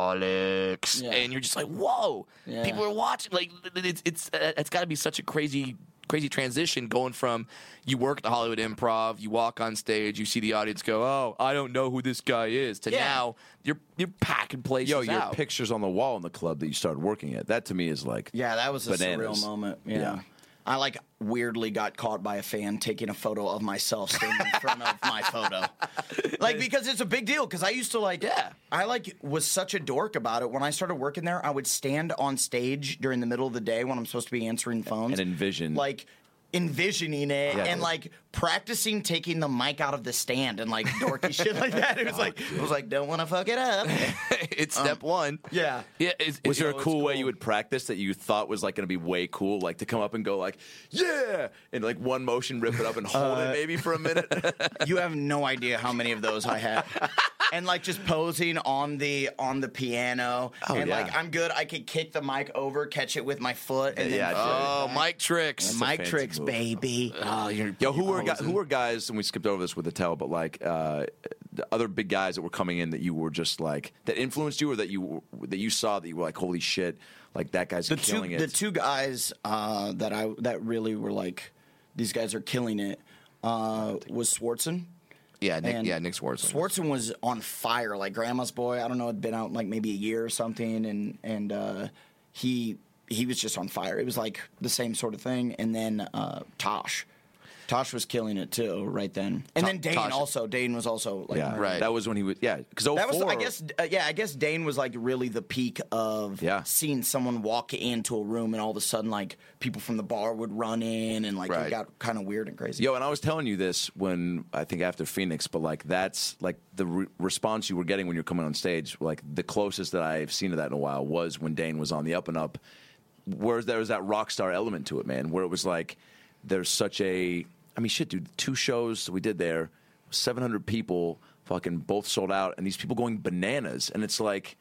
B: workaholics,
C: Yeah.
B: and you're just like, whoa,
C: Yeah.
B: people are watching. Like it's it's uh, it's got to be such a crazy. Crazy transition going from you work at the Hollywood Improv, you walk on stage, you see the audience go, "Oh, I don't know who this guy is," to
C: Yeah.
B: now you're you're packing places
E: Yo, your
B: out.
E: pictures on the wall in the club that you started working at. That to me is like
C: Yeah, that was a
E: Bananas.
C: surreal moment. Yeah.
E: Yeah.
C: I like weirdly got caught by a fan taking a photo of myself standing in front of my photo. Like because it's a big deal cuz I used to like
B: Yeah.
C: I like was such a dork about it when I started working there. I would stand on stage during the middle of the day when I'm supposed to be answering phones
E: And envision.
C: like envisioning it
E: Yeah.
C: and like practicing taking the mic out of the stand and like dorky shit like that. It was like it was like don't want to fuck it up.
B: it's step one.
C: yeah.
B: Yeah. It's,
E: Um, Was
B: it's-
E: there a cool, way you would practice that you thought was like going to be way cool, like to come up and go like, yeah, and like one motion, rip it up and hold
C: Uh,
E: it maybe for a minute?
C: You have no idea how many of those I had. And like just posing on the on the piano,
E: Oh,
C: and
E: yeah.
C: like I'm good. I could kick the mic over, catch it with my foot, and
E: Yeah,
C: then
E: dude.
B: Oh, Mike
E: a
B: tricks.
C: mic
E: fancy
C: tricks,
E: move.
C: baby.
B: Oh, you're,
E: Yo, who were guys,
B: posing.
E: who were guys? And we skipped over this with the tell, but like uh, the other big guys that were coming in that you were just like that influenced you, or that you were- that you saw that you were like, holy shit, like that guy's
C: the two
E: killing it.
C: the two guys uh, that I that really were like, these guys are killing it. Uh, was Swartzen.
B: Yeah, Nick,
C: And
B: yeah, Nick Swartzen.
C: Swartzen was on fire, like Grandma's Boy. I don't know, had been out like maybe a year or something, and and uh, he he was just on fire. It was like the same sort of thing. And then uh, Tosh, Tosh was killing it too right then. And then Dane
B: Tosh-
C: also. Dane was also like
E: Yeah,
B: Right.
E: That was when he was. Yeah, oh because
C: That was, I guess, uh, yeah, I guess Dane was like really the peak of
E: Yeah.
C: seeing someone walk into a room and all of a sudden, like, people from the bar would run in and, like,
E: Right.
C: it got kind of weird and crazy.
E: Yo, and I was telling you this when I think after Phoenix, but like that's like the re- response you were getting when you're coming on stage. Like the closest that I've seen to that in a while was when Dane was on the up and up, where there was that rock star element to it, man. Where it was like there's such a, I mean, shit, dude. Two shows we did there, 700 people, fucking both sold out, and these people going bananas, and it's like.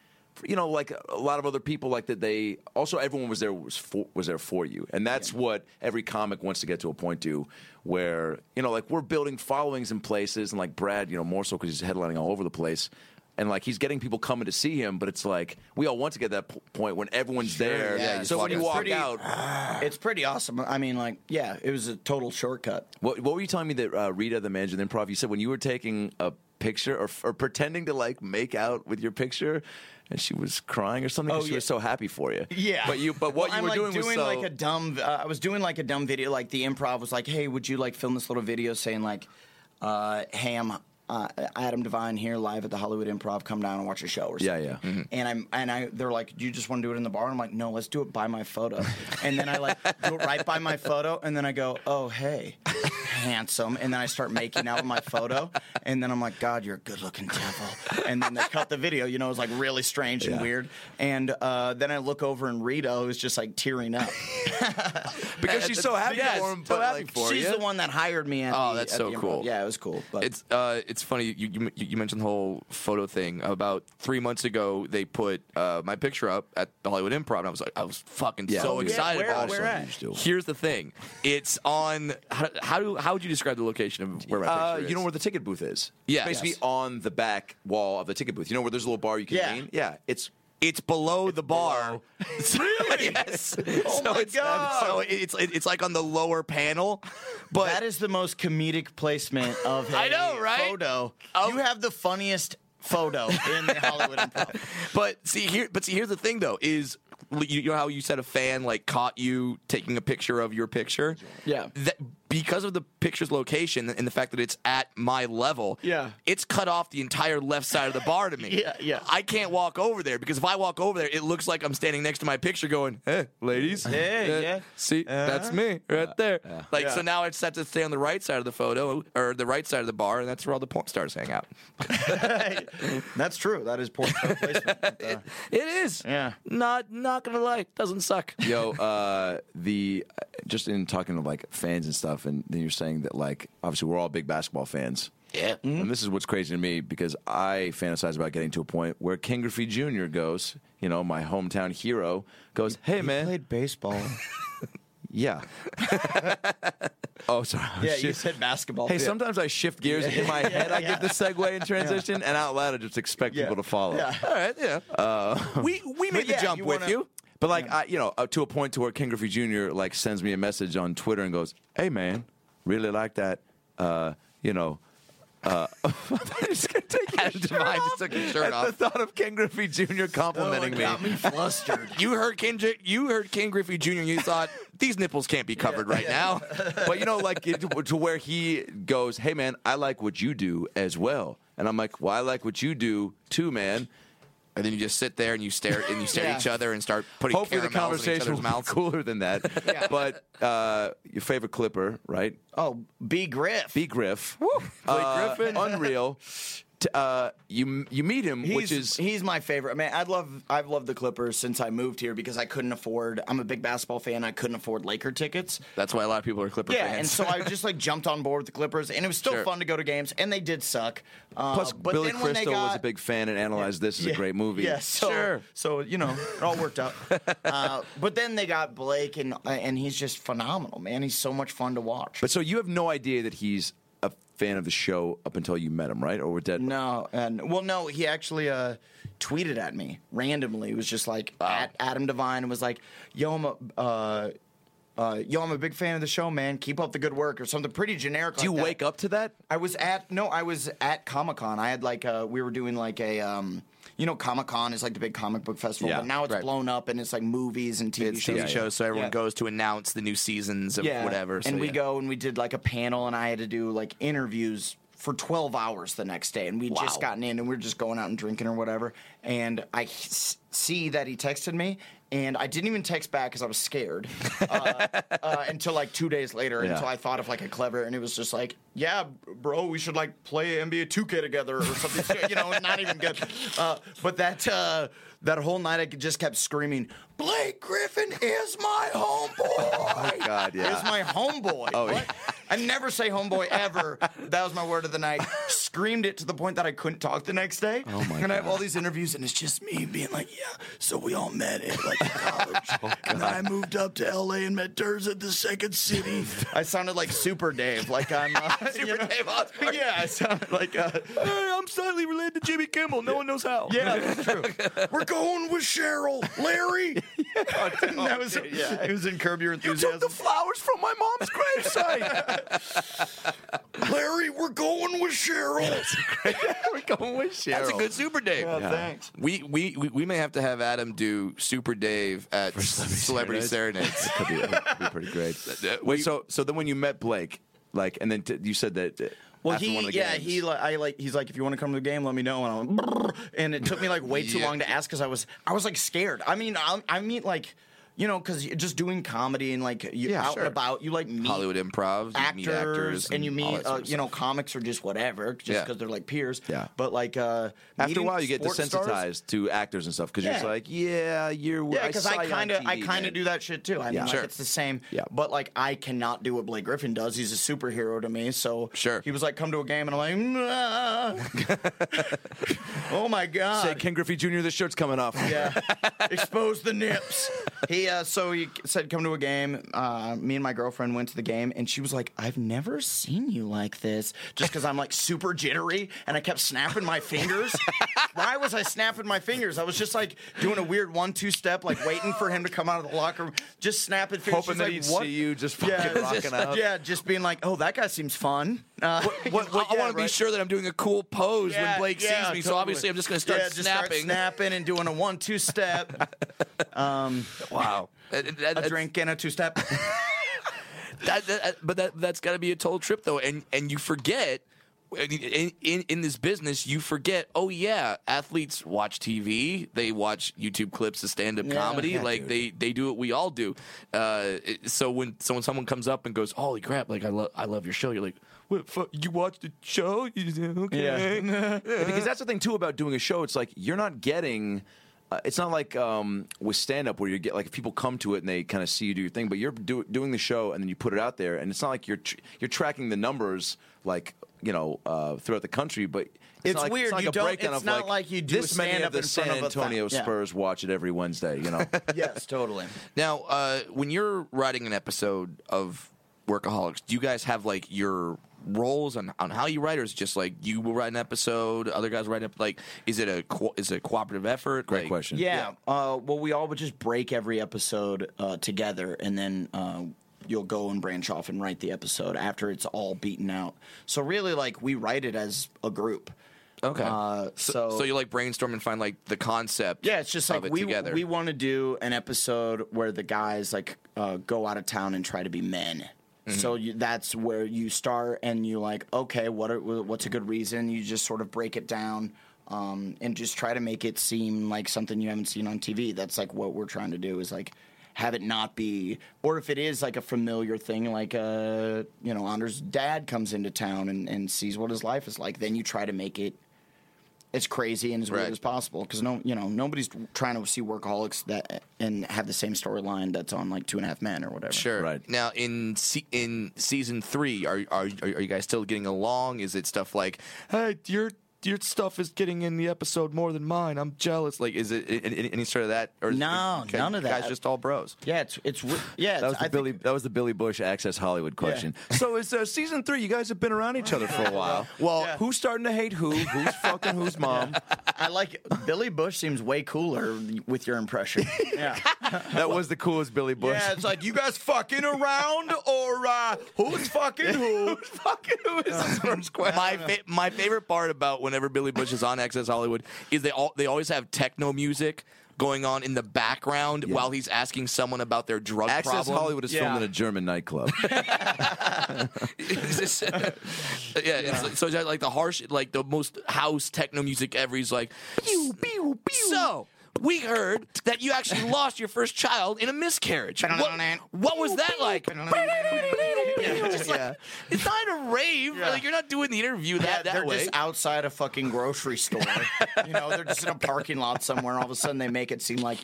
E: You know, like a lot of other people, like that. They also everyone was there was for, was there for you, and that's what every comic wants to get to a point to where you know like we're building followings in places and like brad you know more so because he's headlining all over the place and like he's getting people coming to see him but it's like we all want to get to that p- point when everyone's there
C: yeah, you just
E: so
C: walk
E: when you
C: out.
E: walk
C: Pretty-
E: out
C: It's pretty awesome. I mean, like, yeah, it was a total shortcut.
E: what, what were you telling me that uh, rita the manager of the improv you said when you were taking a picture or, or pretending to like make out with your picture and she was crying or something 'cause
C: Oh,
E: she
C: yeah.
E: was so happy for you but you but what
C: Well,
E: you
C: I'm,
E: were
C: like,
E: doing, was so,
C: like a dumb. Uh, I was doing like a dumb video. Like the improv was like, "Hey, would you like film this little video saying like, uh, hey, I'm uh, Adam Devine here, live at the Hollywood Improv. Come down and watch a show." Or
E: Yeah,
C: something.
E: yeah. Mhm.
C: And I'm and I. They're like, "Do you just want to do it in the bar?" And I'm like, "No, let's do it by my photo." and then I like do it right by my photo, and then I go, "Oh, hey." Handsome, and then I start making out with my photo, and then I'm like, God, you're a good looking devil. And then they cut the video, you know, it was like really strange and
E: Yeah.
C: weird. And uh, then I look over, and Rita was just like tearing up.
E: because she's so happy
B: Yes,
E: for him
B: so
E: but
B: happy
E: like,
B: for
C: She's the one that hired me. At
B: Oh,
C: the-
B: that's
C: at
B: so
C: the improv.
B: cool.
C: Yeah, it was cool. But
B: It's uh, it's funny. You, you you mentioned the whole photo thing. About three months ago, they put uh, my picture up at the Hollywood Improv, and I was like, I was fucking
E: Yeah.
B: so
E: Oh, Yeah,
B: excited
C: where-
B: about
C: where
B: it.
C: at?
B: Here's the thing: it's on. How, how do how would you describe the location of where my picture
E: Uh,
B: is?
E: you know where the ticket booth is?
B: Yeah.
E: It's basically
B: Yes.
E: on the back wall of the ticket booth. You know where there's a little bar you can
C: Yeah.
E: lean? Yeah. It's
B: it's below the bar. really? yes. Oh so
C: my
B: it's,
C: God.
B: So it's it's like on the lower panel, but
C: that is the most comedic placement of a
B: I know, right? Oh.
C: photo.
B: Of-
C: you have the funniest photo in the Hollywood Improv.
B: But see here, but see here's the thing though is you know how you said a fan like caught you taking a picture of your picture.
C: Yeah.
B: That because of the picture's location and the fact that it's at my level.
C: Yeah.
B: It's cut off the entire left side of the bar to me.
C: Yeah, yeah.
B: I can't walk over there because if I walk over there, it looks like I'm standing next to my picture, going, "Hey, ladies,
C: Hey,
B: eh,
C: yeah. Uh-huh.
B: see, that's me right there." Like
C: Yeah.
B: so now I just have to stay on the right side of the photo or the right side of the bar, and that's where all the porn stars hang out.
C: That's true. That is poor photo placement. But, uh,
B: It is.
C: Yeah.
B: Not not gonna lie, doesn't suck.
E: yo, uh, the just in talking to like fans and stuff, and then you're saying that like obviously we're all big basketball fans.
B: Yeah.
C: Mm-hmm.
E: And this is what's crazy to me because I fantasize about getting to a point where King Griffey Jr. goes, you know, my hometown hero, goes, hey man,
C: played baseball.
E: yeah. oh, sorry.
C: Yeah,
E: Shit.
C: you said basketball.
E: Hey,
C: Yeah.
E: sometimes I shift gears in my head. I get the segue and transition, and out loud I just expect
C: Yeah.
E: people to follow.
C: Yeah.
B: All right, yeah. we we made the
C: yeah,
B: jump
C: you
B: with
C: wanna-
B: you.
E: But like, I, you know, uh, to a point to where King Griffey Jr. like sends me a message on Twitter and goes, "Hey man, really like that, uh, you know." Uh, I'm just gonna take your
B: Adam
E: shirt
B: Devine
E: off.
B: just took his shirt
E: At
B: off.
E: The thought of King Griffey Jr.
B: Oh,
E: complimenting me.
C: got me flustered.
B: You heard King J- you heard King Griffey Jr. and you thought these nipples can't be covered right now.
E: but you know, like it, to where he goes, "Hey man, I like what you do as well," and I'm like, "Well, I like what you do too, man."
B: And then you just sit there and you stare and you stare
C: Yeah.
B: at each other and start putting
E: Hopefully, the
B: caramels in each
E: conversation was
B: other's mouths.
E: cooler than that. But uh, your favorite Clipper, right?
C: Oh, B. Griff.
E: B. Griff, Uh,
B: Griffin.
E: Unreal. T- uh, you you meet him,
C: He's,
E: which is
C: he's my favorite. Man, I love I've loved the Clippers since I moved here because I couldn't afford. I'm a big basketball fan. I couldn't afford Laker tickets.
B: That's why a lot of people are Clipper
C: Yeah,
B: fans.
C: and so I just like jumped on board with the Clippers, and it was still
B: Sure.
C: fun to go to games, and they did suck. Uh,
E: plus
C: but
E: Billy
C: then when they
E: Crystal was
C: got-
E: a big fan and analyzed this as a
C: Yeah,
E: great movie.
C: Yeah, so,
B: Sure.
C: So you know, it all worked out. uh, but then they got Blake, and and he's just phenomenal, man. He's so much fun to watch.
E: But so you have no idea that he's a fan of the show up until you met him, right? Or were dead.
C: No, and well, no, he actually uh, tweeted at me randomly. It was just like at Adam Devine and was like, "Yo, I'm a, uh, uh, yo, I'm a big fan of the show, man. Keep up the good work," or something pretty generic.
E: Do you wake up to that?
C: I was at no, I was at Comic Con. I had like uh we were doing like a um, you know, Comic Con is like the big comic book festival,
E: Yeah,
C: but now it's
B: right.
C: blown up and it's like movies and TV
B: It's
C: shows.
B: TV shows, so everyone
C: Yeah.
B: goes to announce the new seasons of
C: yeah.
B: whatever. So
C: and we
B: yeah.
C: go and we did like a panel, and I had to do like interviews for 12 hours the next day. And we would just
B: Wow.
C: gotten in and we were just going out and drinking or whatever. And I s- see that he texted me, and I didn't even text back because I was scared uh, uh, until like two days later. Until I thought of like a clever, and it was just like, yeah, bro, we should like play NBA 2K together or something. you know, not even good. Uh, but that. Uh, that whole night, I just kept screaming, "Blake Griffin is my homeboy!"
E: God, yeah.
C: Is my homeboy.
E: yeah.
C: What? I never say homeboy ever. That was my word of the night. Screamed it to the point that I couldn't talk the next day. Oh
E: my
C: and I have all these interviews, and it's just me being like, yeah, so we all met at like college. and then I moved up to LA and met Durs at the second city. I sounded like Super Dave. Like I'm uh, Super Dave Osborne. Yeah, I sounded like uh,
B: Hey, I'm slightly related to Jimmy Kimmel. No one knows how.
C: yeah, that's true. We're going with Cheryl, Larry. And that was yeah. It was in Curb Your Enthusiasm.
B: flowers from my mom's gravesite.
C: Larry, we're going with Cheryl.
E: We're going with Cheryl.
B: That's a good Super Dave.
C: Thanks.
B: We, we we we may have to have Adam do Super Dave at Celebrity,
E: Celebrity
B: Serenades.
E: Could be, that'd be pretty great. Wait, so so then when you met Blake, like, and then t- you said that. uh,
C: Well,
E: after
C: he
E: one of the
C: yeah
E: games-
C: he like I like he's like if you want to come to the game, let me know. And I'm like, "Brrr," and it took me like way too
B: Yeah.
C: long to ask because I was I was like scared. I mean I, I mean like you know because just doing comedy and like you
E: Yeah,
C: out
E: sure.
C: and about you like meet
B: Hollywood Improv.
C: actors,
B: you meet actors
C: and, you
B: all
C: meet
B: that sort
C: uh,
B: of
C: you know
B: stuff.
C: comics or just whatever just
B: Yeah.
C: because they're like peers.
E: Yeah.
C: But like uh,
E: After a
C: meeting
E: while, you get
C: sports stars-
E: desensitized to actors and stuff because you're
C: Yeah.
E: just like, yeah, you're.
C: Yeah, because I kind of I kind of do that shit too. I mean,
E: Yeah.
C: like,
B: Sure.
C: it's the same.
E: Yeah.
C: But like, I cannot do what Blake Griffin does. He's a superhero to me. So
B: Sure.
C: he was like, "Come to a game," and I'm like, "Nah." "Oh my god!"
E: Say Ken Griffey Jr. The shirt's coming off.
C: yeah, expose the nips. He uh, so he said, "Come to a game." Uh, me and my girlfriend went to the game, and she was like, "I've never seen you like this." Just because I'm like super jittery, and I kept snapping my fingers. Why was I snapping my fingers? I was just like doing a weird one-two step, like waiting for him to come out of the locker room, just snapping fingers.
E: Hoping
C: She's
E: that
C: like,
E: he'd
C: "What?"
E: see you just fucking
C: Yeah,
E: rocking
C: just,
E: out.
C: yeah, just being like, "Oh, that guy seems fun." Uh,
B: What, what, I
C: yeah,
B: want to be
C: right.
B: sure that I'm doing a cool pose
C: Yeah,
B: when Blake
C: yeah,
B: sees me. So
C: totally.
B: obviously, I'm just going to start
C: Yeah, just start
B: snapping.
C: snapping, and doing a one-two step, Um,
B: Wow. That- that-
C: a
B: that's-
C: drink, and a two-step.
B: that, that, uh, but that that's got to be a total trip though, and and you forget. In, in in this business, you forget. Oh yeah, athletes watch TV. They watch YouTube clips of stand up comedy. like they they do what we all do. Uh, it- so when so when someone comes up and goes, "Holy crap! Like I love I love your show," you're like, "What? Fuck, you watch the show? You- Okay.
E: because that's the thing too about doing a show. It's like you're not getting. Uh, it's not like um, with stand up where you get like if people come to it and they kind of see you do your thing, but you're do- doing the show and then you put it out there, and it's not like you're tr- you're tracking the numbers like you know uh, throughout the country, but.
C: It's
E: not like,
C: weird.
E: It's not
C: You
E: like a
C: don't-
E: breakdown
C: it's
E: of
C: not
E: like,
C: like you do
E: this
C: a
E: many of
C: stand-up
E: the
C: in front
E: San
C: of a thou-
E: Antonio
C: yeah.
E: Spurs watch it every Wednesday. You know,
C: yes, totally.
B: Now, uh, when you're writing an episode of Workaholics, do you guys have like your roles on, on how you write, or is it just like you will write an episode, other guys write up? Like, is it a co- is it a cooperative effort?
E: great
B: Like-
E: question.
C: Yeah. Uh, well, we all would just break every episode uh, together, and then uh, you'll go and branch off and write the episode after it's all beaten out. So really, like we write it as a group.
B: Okay.
C: Uh, so,
B: so you like brainstorm and find like the concept.
C: yeah, it's just
B: of
C: like
B: it
C: we
B: together.
C: we want to do an episode where the guys like uh, go out of town and try to be men.
B: Mm-hmm.
C: So you, that's where you start, and you like, okay, what are, what's a good reason? You just sort of break it down, um, and just try to make it seem like something you haven't seen on TV. That's like what we're trying to do is like have it not be, or if it is like a familiar thing, like uh, you know, Anders' dad comes into town and, and sees what his life is like, then you try to make it as crazy and as
B: Right.
C: weird as possible because no, you know, nobody's trying to see workaholics that and have the same storyline that's on like Two and a Half Men or whatever.
B: Sure.
E: Right.
B: Now in se- in season three, are are are you guys still getting along? Is it stuff like, hey, your your stuff is getting in the episode more than mine. I'm jealous. Like, is it a- a- any sort of that? Or is-
C: No,
B: okay,
C: none of
B: you Guys,
C: that.
B: just all bros.
C: Yeah, it's it's w- yeah.
E: That was the
C: it's, I think-
E: Billy. That was the Billy Bush Access Hollywood question. So it's uh, season three. You guys have been around each other for a while. Well, who's starting to hate who? Who's fucking whose mom?
C: I like Billy Bush seems way cooler with your impression. Yeah.
E: That was the coolest Billy Bush.
C: Yeah,
E: it's like you guys fucking around or uh, who's fucking who? who's fucking who is his first question?
B: my fa- my favorite part about whenever Billy Bush is on Access Hollywood is they all they always have techno music going on in the background while he's asking someone about their drug
E: Access
B: problem.
E: Hollywood is filmed in a German nightclub.
B: It's just- yeah, It's like, so it's like the harsh, like the most house techno music ever. He's like, pew, pew, pew. so. We heard that you actually lost your first child in a miscarriage. What, what was that like? Yeah, just like, It's not a rave. Like you're not doing the interview that
C: they're
B: that way.
C: just outside a fucking grocery store. you know, they're just in a parking lot somewhere. All of a sudden, they make it seem like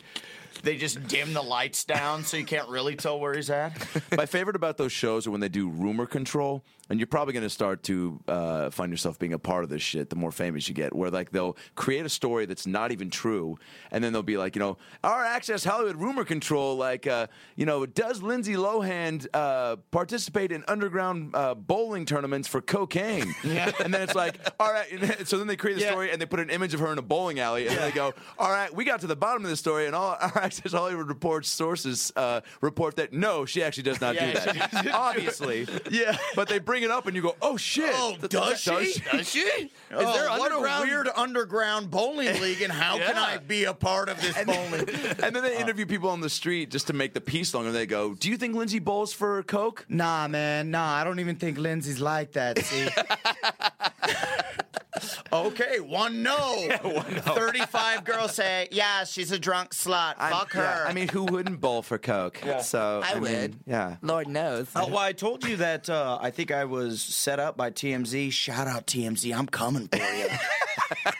C: they just dim the lights down so you can't really tell where he's at.
E: My favorite about those shows are when they do rumor control, and you're probably going to start to uh, find yourself being a part of this shit the more famous you get. Where like they'll create a story that's not even true, and then they'll be like, you know, our Access Hollywood rumor control, like, uh, you know, does Lindsay Lohan uh, participate in underground uh, bowling tournaments for cocaine? And then it's like, all right. and so then they create a
C: Yeah.
E: story and they put an image of her in a bowling alley, and then they go, all right, we got to the bottom of this story, and all our Access Hollywood reports sources uh, report that no, she actually does not
C: Yeah,
E: do that. Obviously. yeah. But they bring it up and you go, oh shit.
C: Oh, does she?
B: Does she? Is
C: oh,
B: there
C: what
B: underground?
C: a weird underground bowling league, and how can
B: Yeah.
C: I be a part of this bowling?
E: And then they interview people on the street just to make the piece longer. They go, do you think Lindsay bowls for Coke?
C: Nah, man, nah. I don't even think Lindsay's like that. See. okay, one no. Thirty-five girls say, "Yeah, she's a drunk slut.
E: I'm-
C: Fuck her."
E: yeah, I mean, who wouldn't bowl for Coke? So
B: I
E: mean,
B: would.
E: yeah.
B: Lord knows.
C: Oh, well, I told you that uh, I think I was set up by TMZ. Shout out TMZ, I'm coming for you.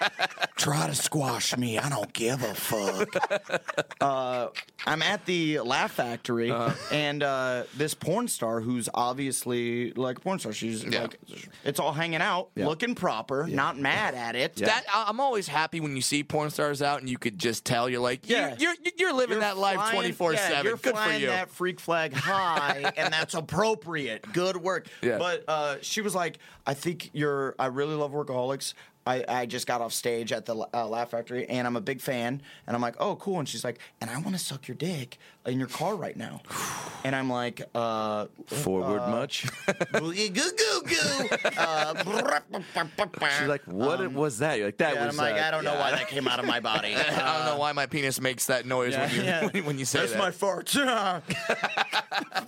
C: Try to squash me. I don't give a fuck. Uh, I'm at the Laugh Factory,
E: Uh-huh.
C: and uh, this porn star who's obviously like a porn star, she's
B: Yeah.
C: like, it's all hanging out,
E: Yeah.
C: looking proper, not mad at it.
B: That I- I'm always happy when you see porn stars out and you could just tell you're like,
C: Yeah.
B: you're, you're you're living
C: You're
B: that life
C: flying-
B: 24
C: yeah,
B: seven.
C: You're
B: Good for
C: flying
B: you.
C: that freak flag high, and that's appropriate. Good work.
B: Yeah.
C: But uh, she was like, I think you're. I really love workaholics. I, I just got off stage at the uh, Laugh Factory, and I'm a big fan. And I'm like, oh, cool. And she's like, and I want to suck your dick in your car right now. And I'm like, uh,
E: Forward much?
C: goo goo goo. Uh,
E: She's like, what was that? You're like, that
C: and
E: was
C: I'm like,
E: uh,
C: I don't know why that came out of my body.
B: I don't know
C: uh,
B: why my penis makes that noise when you
C: Yeah.
B: when, when you say
C: That's
B: that.
C: my fart.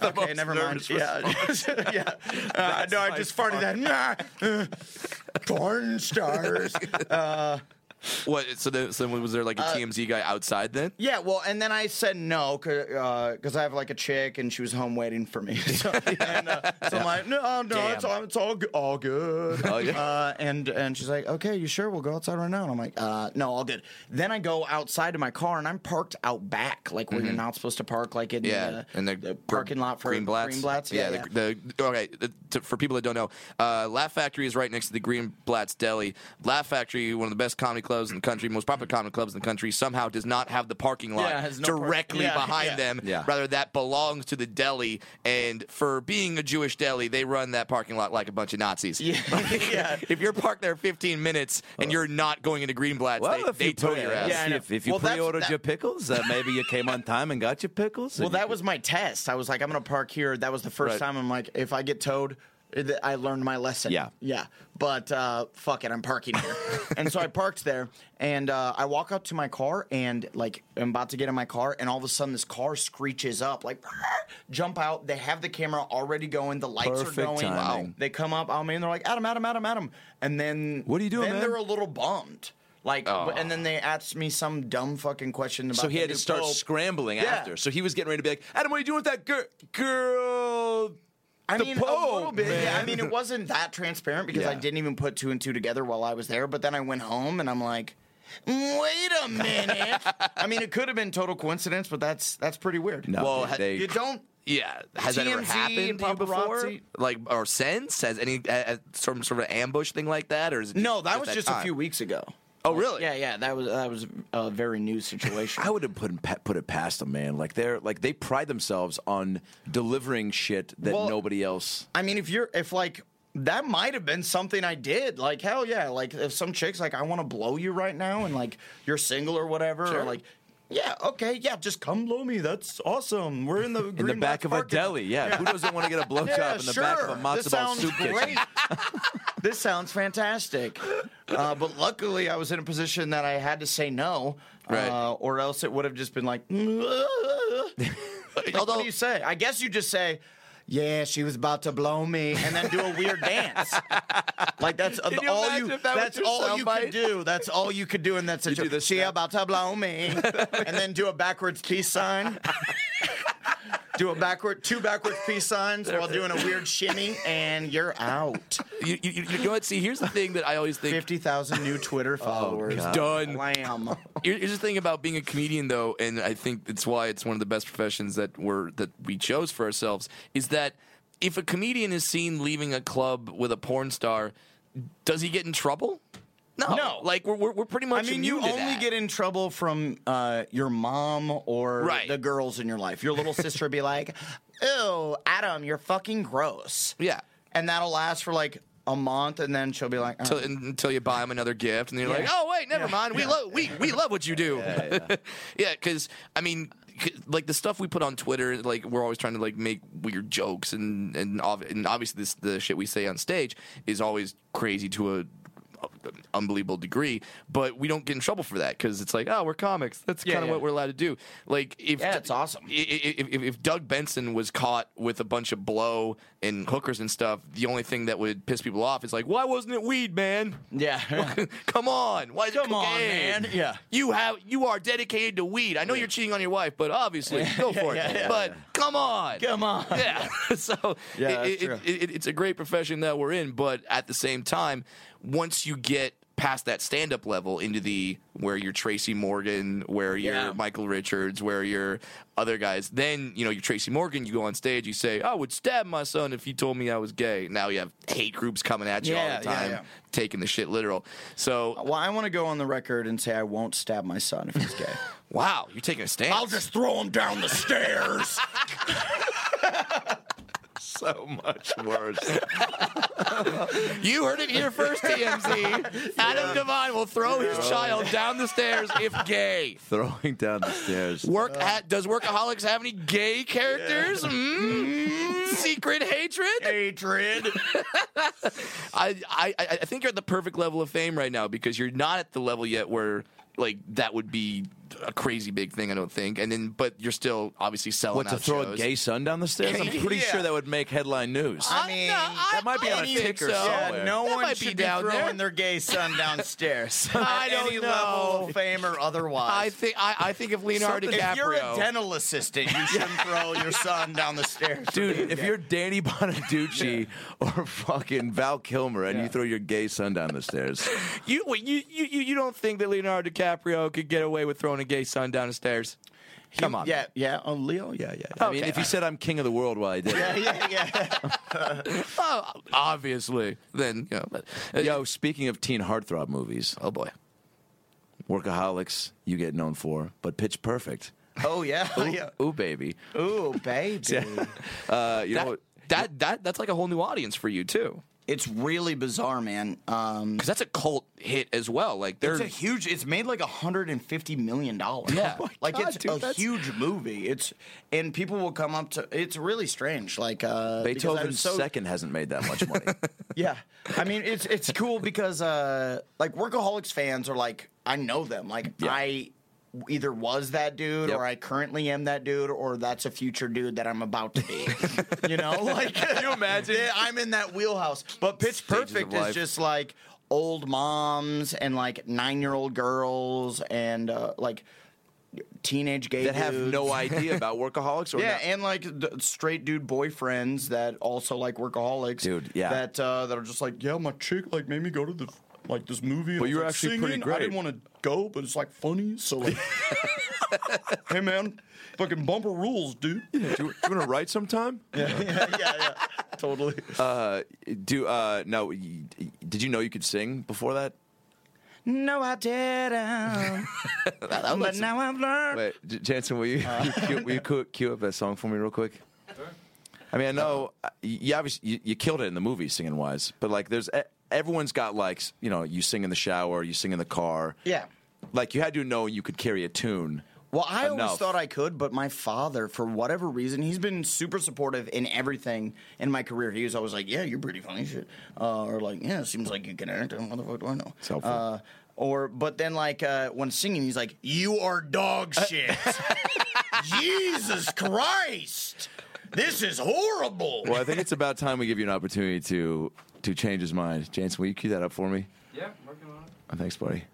C: okay, never mind. Yeah, yeah. Uh, no, I just farted that. Porn stars.
B: what? So, the, so was there
C: uh,
B: like a TMZ guy outside then?
C: yeah, well, and then I said no because I have like a chick and she was home waiting for me. So, and, uh, so I'm like, no, no, it's
B: Damn.
C: all, it's all, go- all good.
E: Oh, yeah.
C: uh, and and she's like, okay, you sure? We'll go outside right now. And I'm like, uh, no, all good. Then I go outside to my car and I'm parked out back, like where you're not supposed to park, like in
B: Mm-hmm. Yeah,
C: the, the parking lot for
B: Greenblatt's.
C: Greenblatt's.
B: Yeah, The, the okay. the- to, for people that don't know, uh, Laugh Factory is right next to the Greenblatt's Deli. Laugh Factory, one of the best comedy clubs in the country, most popular comedy clubs in the country, somehow does not have the parking lot
C: Yeah, has no park-
B: directly
C: yeah,
B: behind
C: yeah.
B: them.
E: Yeah.
B: Rather, that belongs to the deli, and for being a Jewish deli, they run that parking lot like a bunch of Nazis.
C: Yeah. Uh. yeah.
B: If you're parked there 15 minutes and you're not going into Greenblatt's,
E: Well,
B: they,
E: if
B: they
E: you
B: tow
E: pre-
B: your ass.
C: Yeah, I know.
E: if, if you
C: Well, that's-
E: pre-ordered
C: that-
E: your pickles, uh, maybe you came on time and got your pickles.
C: Well,
E: and you
C: that was my test. I was like, I'm going to park here. That was the first
E: Right.
C: time I'm like, if I get towed, th- I learned my lesson.
E: Yeah.
C: Yeah. But uh, fuck it, I'm parking here. and so I parked there and uh, I walk up to my car and like, I'm about to get in my car and all of a sudden this car screeches up, like, jump out. They have the camera already going, the lights are
E: Perfect
C: going.
E: timing.
C: Wow. They come up on me and they're like, Adam, Adam, Adam, Adam. And then,
E: What are you doing,
C: Then
E: man? Oh.
C: they're a little bummed. Like, and then they asked me some dumb fucking question about
E: So he
C: the
E: had to
C: new
E: start
C: pope.
E: scrambling
C: Yeah.
E: after. So he was getting ready to be like, Adam, what are you doing with that gir- girl?
C: I
E: the
C: mean,
E: Pope,
C: a little bit. Yeah, I
E: man.
C: mean, it wasn't that transparent because I
E: Yeah.
C: didn't even put two and two together while I was there. But then I went home and I'm like, wait a minute. I mean, it could have been total coincidence, but that's that's pretty weird.
E: No,
B: Well,
E: they-
B: ha-
E: they-
C: You don't.
B: Yeah, has that ever
C: TMZ,
B: happened to you before?
C: paparazzi?
B: Like or since has any uh, uh, some sort of ambush thing like that, or is it
C: No, that was
B: at
C: just a
B: time?
C: few weeks ago.
B: Oh, really?
C: Yeah, yeah, that was that was a very new situation.
E: I would have put pa- put it past them, man. Like they're like they pride themselves on delivering shit that
C: Well-
E: nobody else.
C: I mean, if you're if like that might have been something I did. Like, hell yeah. Like, if some chick's like, I want to blow you right now, and like, you're single or whatever, or like, yeah, okay, yeah, just come blow me. That's awesome. We're in the
E: in the back of a deli. Yeah. Who doesn't want to get a blowjob
C: Yeah,
E: in the
C: sure.
E: back of a matzo
C: this
E: ball
C: sounds
E: soup kitchen?
C: great. this sounds fantastic. Uh, but luckily, I was in a position that I had to say no, uh,
B: Right.
C: or else it would have just been like. Like,
B: Although-
C: what do you say? I guess you just say, "Yeah, she was about to blow me," and then do a weird dance. Like that's
B: Can you
C: all
B: imagine
C: you.
B: if that was
C: that's
B: your
C: all you
B: soundbite?
C: could do. That's all you could do in that
E: do
C: situation.
E: this
C: She
E: step.
C: about to blow me, and then do a backwards peace sign. Do a backward, two backwards peace signs while doing a weird shimmy, and you're out.
B: You, you, you you know what? See, here's the thing that I always think.
C: Fifty thousand new Twitter followers.
E: God.
B: Oh, Done.
C: Lamb.
B: Here- Here's the thing about being a comedian, though, and I think it's why it's one of the best professions that we're that we chose for ourselves. Is that if a comedian is seen leaving a club with a porn star, does he get in trouble? No,
C: No.
B: Like we're we're, we're pretty
C: I
B: much.
C: mean, you
B: immune to
C: only
B: that.
C: get in trouble from uh, your mom or
B: Right.
C: the girls in your life. Your little sister would be like, "Ew, Adam, you're fucking gross,"
B: yeah.
C: and that'll last for like a month, and then she'll be like,
B: Till,
C: "Uh,
B: until you buy him another gift, and then you're
C: Yeah.
B: like, "Oh wait, never mind. We love we we love what you do." Yeah, because I mean, c- like the stuff we put on Twitter, like we're always trying to like make weird jokes, and and, ob- and obviously this the shit we say on stage is always crazy to a unbelievable degree but we don't get in trouble for that because it's like oh we're comics that's
C: Yeah,
B: kind of
C: yeah.
B: what we're allowed to do like if
C: Yeah, it's awesome.
B: i- i- if, if, if Doug Benson was caught with a bunch of blow and hookers and stuff the only thing that would piss people off is like why wasn't it weed man
C: yeah."
B: Come on, why is it
C: Come on,
B: cocaine?
C: man. Yeah.
B: you have you are dedicated to weed. I know you're cheating on your wife, but obviously, go for it. but come on,
C: Come on.
B: yeah. so
C: Yeah,
B: it-
C: that's
B: it-
C: true.
B: it- it- it's a great profession that we're in, but at the same time, once you get past that stand-up level into the where you're Tracy Morgan, where you're
C: Yeah.
B: Michael Richards, where you're other guys, then you know you're Tracy Morgan. You go on stage, you say, "I would stab my son if he told me I was gay." Now you have hate groups coming at you all
C: Yeah,
B: the
C: yeah,
B: time,
C: yeah.
B: taking the shit literal. So
C: Well, I want to go on the record and say I won't stab my son if he's gay.
B: wow, you're taking a stance.
C: throw him down the stairs.
E: so much worse.
B: You heard it here first, TMZ. Adam Devine will throw his child down the stairs if gay.
E: Throwing down the stairs.
B: Work at, does Workaholics have any gay characters? Mm? Secret hatred?
C: Hatred.
B: I, I I I think you're at the perfect level of fame right now because you're not at the level yet where like that would be a crazy big thing. I don't think. And then but you're still obviously selling
E: What to
B: out
E: throw a
B: shows.
E: gay son down the stairs? I'm pretty
B: Yeah.
E: sure that would make headline news.
C: I mean,
E: that might be on a
B: think
E: ticker
B: so.
C: Yeah,
E: somewhere.
C: no
B: That
C: one
B: might be
C: should be,
B: down
C: throwing
B: there.
C: their gay son downstairs.
B: I
C: at
B: don't
C: any
B: know.
C: level of fame or otherwise.
B: I think I, I think if Leonardo DiCaprio.
C: If you're a dental assistant, you shouldn't throw your son down the stairs.
E: Dude, if you're Danny Bonaducci or fucking Val Kilmer and you throw your gay son down the stairs,
B: You, wait, you, you, you you don't think that Leonardo DiCaprio could get away with throwing a gay son down the stairs? Come on.
C: yeah, yeah, oh Leo,
E: yeah,
C: yeah,
E: yeah. I mean,
B: Okay.
E: if you said I'm king of the world while I did it.
C: yeah, yeah.
B: Oh, obviously. Then, you know, but, uh,
E: Yo, speaking of teen heartthrob movies,
B: oh boy.
E: Workaholics, you get known for, but Pitch Perfect.
C: Oh yeah, yeah.
E: Ooh, baby.
C: Ooh, baby.
E: Uh, you know
B: That,
E: what?
B: that, that, that's like a whole new audience for you, too.
C: It's really bizarre, man. Um,
B: Because that's a cult hit as well. Like, they're.
C: it's a huge. It's made like 150 million dollars.
B: Yeah. Oh my
C: like
E: God,
C: it's
E: dude,
C: a
E: that's-
C: huge movie. It's and people will come up to. It's really strange. Like uh, because I'm
E: Beethoven's
C: so-
E: second hasn't made that much money.
C: Yeah, I mean it's it's cool because uh, like workaholics fans are like I know them. Like
E: Yeah.
C: I either was that dude
E: Yep.
C: or I currently am that dude or that's a future dude that I'm about to be. you know, like can you imagine? I'm in that wheelhouse. But Pitch
E: Stages of
C: Perfect is
E: life.
C: just like old moms and like nine year old girls and uh, like teenage gay
E: that have
C: dudes.
E: no idea about workaholics or
C: Yeah,
E: not.
C: and like the straight dude boyfriends that also like workaholics.
E: Dude, yeah.
C: That uh, that are just like, yeah, my chick like made me go to the like this movie. And
E: But
C: I was,
E: you were
C: like,
E: actually
C: singing.
E: pretty
C: I didn't
E: great."
C: want to go, but it's like funny. So like, hey man, fucking bumper rules, dude. Yeah,
E: do, you, do you want to write sometime?
C: yeah, yeah. Totally.
E: Uh, do uh, no? y- y- Did you know you could sing before that?
C: no, I didn't. but now I've learned.
D: Uh.
E: Wait, J- Jansen, will you, will you, cue, will you cue, cue up that song for me real quick? I mean, I know uh, you, you obviously you, you killed it in the movie singing wise, but like there's e- everyone's got like s- you know you sing in the shower, you sing in the car.
C: Yeah.
E: Like you had to know you could carry a tune.
C: Well, I always
E: enough.
C: thought I could, but my father, for whatever reason, he's been super supportive in everything in my career. He was always like, "Yeah, you're pretty funny, shit," uh, or like, "Yeah, seems like you can act." What the fuck do I know?
E: It's helpful.
C: Uh, or, but then like uh, when singing, he's like, "You are dog shit." Jesus Christ, this is horrible.
E: Well, I think it's about time we give you an opportunity to to change his mind. Jansen, will you cue that up for me?
D: Yeah, working on it.
E: Oh, thanks, buddy.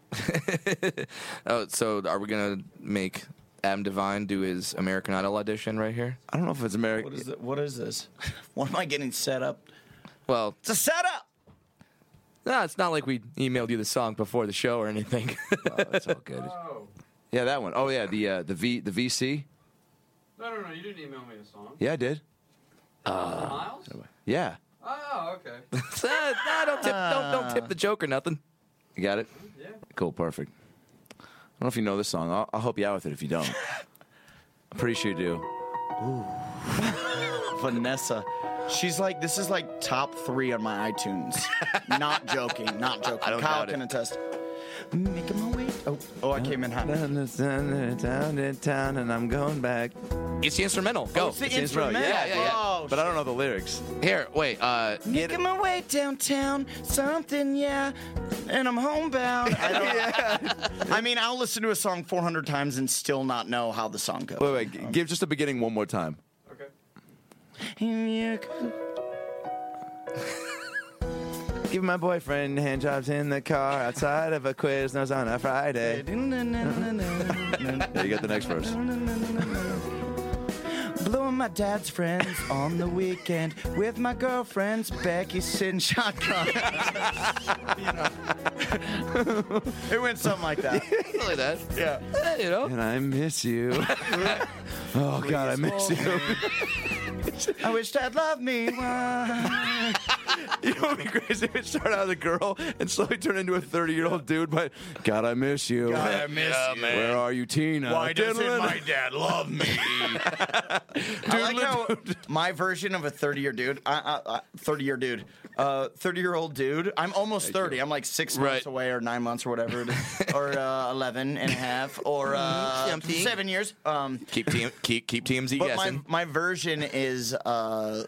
B: Oh, so are we gonna make Adam Devine do his American Idol audition right here?
E: I don't know if it's American.
C: What is, th- what is this? What am I getting set up?
B: Well,
C: It's a setup.
B: no, it's not like we emailed you the song before the show or anything.
E: Oh, that's all good.
D: Oh.
E: Yeah, that one. Oh yeah, the uh, the V the VC.
D: No, no, no. You didn't email me the song.
E: Yeah, I did.
D: Miles?
E: Yeah,
D: Oh, okay.
B: So, no, uh, don't tip, don't, don't tip the joke or nothing.
E: you got it.
D: Yeah.
E: Cool, perfect. I don't know if you know this song. I'll, I'll help you out with it if you don't. I'm pretty sure you do.
C: Vanessa. She's like, this is like top three on my iTunes. not joking, not joking.
B: I don't
C: Kyle
B: doubt
C: can
B: it.
C: attest. Making my way. Oh, oh, I came in hot.
E: Down the sun, down in town, and I'm going back.
B: It's the instrumental. Go.
C: it's the
E: It's instrumental.
C: instrumental.
B: Yeah, yeah, yeah.
C: Oh,
E: But I don't know the lyrics.
B: Here, wait. Uh,
C: Making my way downtown, something, yeah, and I'm homebound. I, don't- I mean, I'll listen to a song 400 times and still not know how the song goes.
E: Wait, wait. g- Give just the beginning one more time.
D: Okay.
E: Give my boyfriend hand jobs in the car outside of a Quiznos on a Friday.
B: Uh-huh.
E: Yeah, you got the next verse.
C: Blowing my dad's friends on the weekend with my girlfriends, Becky sitting shotgun. You know. it went something like that.
B: something like that.
C: Yeah.
B: Eh, you know.
E: And I miss you. oh God, I miss you.
C: I wish dad loved me.
E: You know what would be crazy if it started out as a girl and slowly turned into a 30 year old dude, but God, I miss you.
C: I miss you.
E: Where are you, Tina?
C: Oh,
E: Diddlin'.
C: dad love me? I like how my version of a thirty-year dude, thirty-year dude, uh, thirty-year-old dude. I'm almost thirty. I'm like six
B: Right.
C: months away, or nine months, or whatever, it is, or uh, 11 and a half,
E: Mm-hmm.
C: or uh,
B: Something.
C: seven years. Um,
B: Keep team, keep keep TMZ
C: but my,
B: guessing.
C: my version is uh,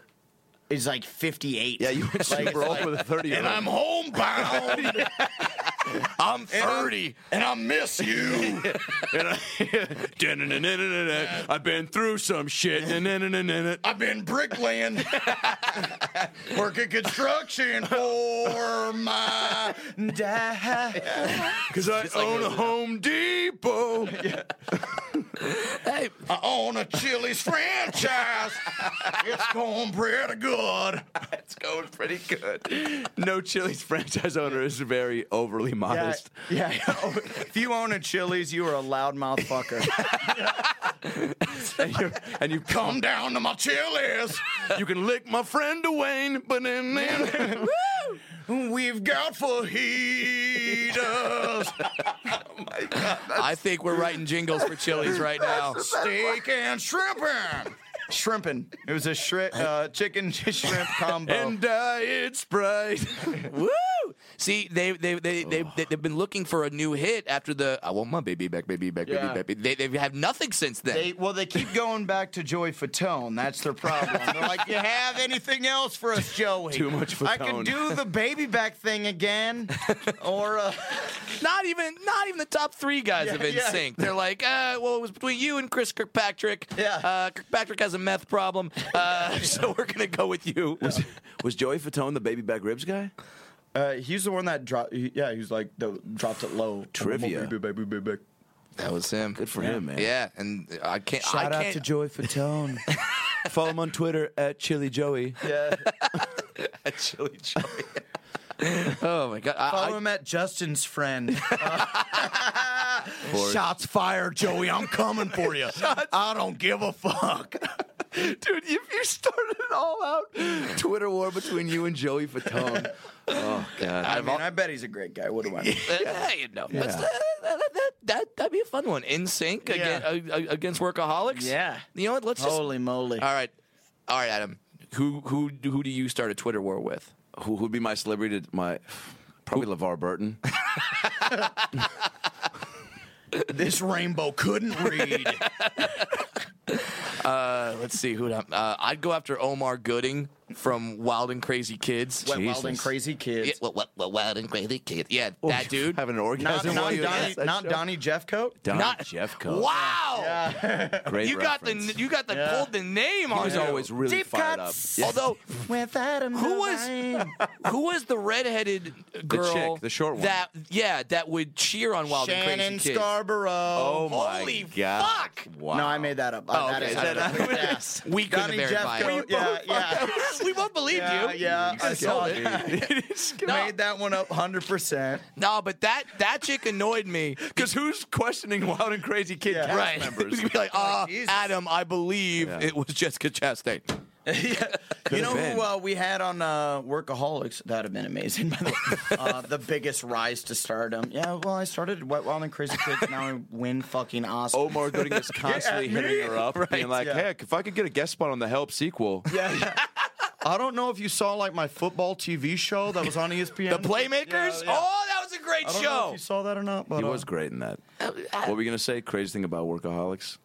C: is like fifty-eight.
E: Yeah, you went super old with a 30 year old.
C: homebound,
B: I'm 30.
C: and I miss you.
E: I've been through some shit.
C: I've been bricklaying, working construction for my dad.
E: Because I own a Home Depot.
B: Hey,
C: I own a Chili's franchise. It's going pretty good.
E: It's going pretty good. No Chili's franchise owner is very overly
C: Yeah,
E: modest.
C: yeah. if you own a Chili's, you are a loudmouth fucker.
E: And, you're, and you
C: Come down to my Chili's.
E: you can lick my friend Dwayne, but then, then
C: We've got fajitas,
B: I think we're writing jingles for Chili's right now.
C: steak and shrimpin'. Shrimpin'. It was a shri- uh, chicken shrimp combo.
E: and diet Sprite.
B: Woo! See, they they they they they they've been looking for a new hit after the I want my baby back, baby back,
C: Yeah.
B: baby back. They they have nothing since then.
C: They, well, they keep going back to Joy Fatone. That's their problem. They're like, you have anything else for us, Joey?
E: Too much
C: I can
E: Fatone.
C: do the baby back thing again, or uh,
B: not even not even the top three guys
C: Yeah,
B: have been
C: yeah.
B: synced. They're like, uh, well, it was between you and Chris Kirkpatrick.
C: Yeah.
B: uh, Kirkpatrick has a meth problem, uh, so we're gonna go with you.
E: Was, was Joey Fatone the baby back ribs guy?
C: uh, he's the one that dropped. Yeah, he's like the dropped it low.
E: Trivia.
C: Baby, baby, baby, baby.
B: That was him.
E: Good for him, man.
B: Yeah, and I can't.
E: Shout
B: I
E: out
B: can't,
E: to Joey Fatone. Follow him on Twitter at Chili Joey.
C: Yeah.
B: Chili Joey. oh my god! I,
C: Follow
B: I,
C: him at Justin's friend. Shots fired, Joey. I'm coming for you. I don't give a fuck.
E: Dude, if you started an all out Twitter war between you and Joey Fatone. Oh, God.
C: I mean, I bet he's a great guy. What do I know?
B: uh, you know, but that, that, that, that that'd be a fun one. In sync uh, against, uh, against workaholics.
C: Yeah.
B: You know what? Let's just.
C: Holy moly.
B: All right, all right, Adam. Who who who do you start a Twitter war with?
E: Who would be my celebrity? To, my probably LeVar Burton.
C: This rainbow couldn't read.
B: Uh, let's see who. Uh, I'd go after Omar Gooding from Wild and Crazy Kids.
C: Wet, wild, and crazy kids.
B: Yeah, well, well, well, wild and crazy kids. Yeah,
E: Oh,
B: that dude.
E: having an
C: Not,
E: orgasm. while
C: not,
E: you
C: Donnie,
E: ask that
C: not
E: show?
C: Donnie Jeffcoat.
E: Don
B: Not-
E: Jeffco.
B: Wow.
E: Great
B: You got the
E: reference.
B: you got the
C: Yeah.
B: pulled the name on.
E: He was
B: you.
E: always really
C: Deep
E: fired
C: cuts.
E: up. Yeah.
B: Although
C: Without him,
B: who was who was the redheaded girl?
E: chick, the short one.
B: That yeah, that would cheer on Wild and
C: Shannon
B: Crazy Kids.
C: Scarborough?
E: oh my
B: Holy
E: god!
B: fuck!
E: Wow.
C: No, I made that up.
B: Oh,
C: I that
B: okay.
C: is
B: That-
C: that, yes.
B: We couldn't
C: Donnie
B: verify.
C: Jeffcoat.
B: it.
C: Yeah, yeah,
B: we both believe
C: yeah,
B: you.
C: yeah. I saw
B: killed
C: it.
B: No,
C: Made that one up 100. percent
B: no, but that that chick annoyed me.
E: Because who's questioning Wild and Crazy Kid
C: Yeah.
E: cast
B: Right,
E: members?
B: You'd be like, uh,
C: Jesus.
B: Adam, I believe
E: Yeah.
B: it was Jessica Chastain.
C: You know
E: been.
C: who uh, we had on uh, Workaholics? That'd have been amazing. By the way, uh, the biggest rise to stardom. Yeah, well, I started Wet Wild and Crazy Kids. Now I win fucking Oscar.
B: Oh,
E: Omar Gooding is constantly hitting her up, being like,
C: yeah.
E: "Heck, if I could get a guest spot on the Help sequel,
C: Yeah, yeah. I don't know if you saw like my football TV show that was on E ESPN.
B: The Playmakers.
C: Yeah, yeah.
B: Oh, that was a great
C: I don't know if
B: show.
C: you saw that or not, but
E: he
C: uh,
E: was great in that." What were we gonna say? Crazy thing about workaholics.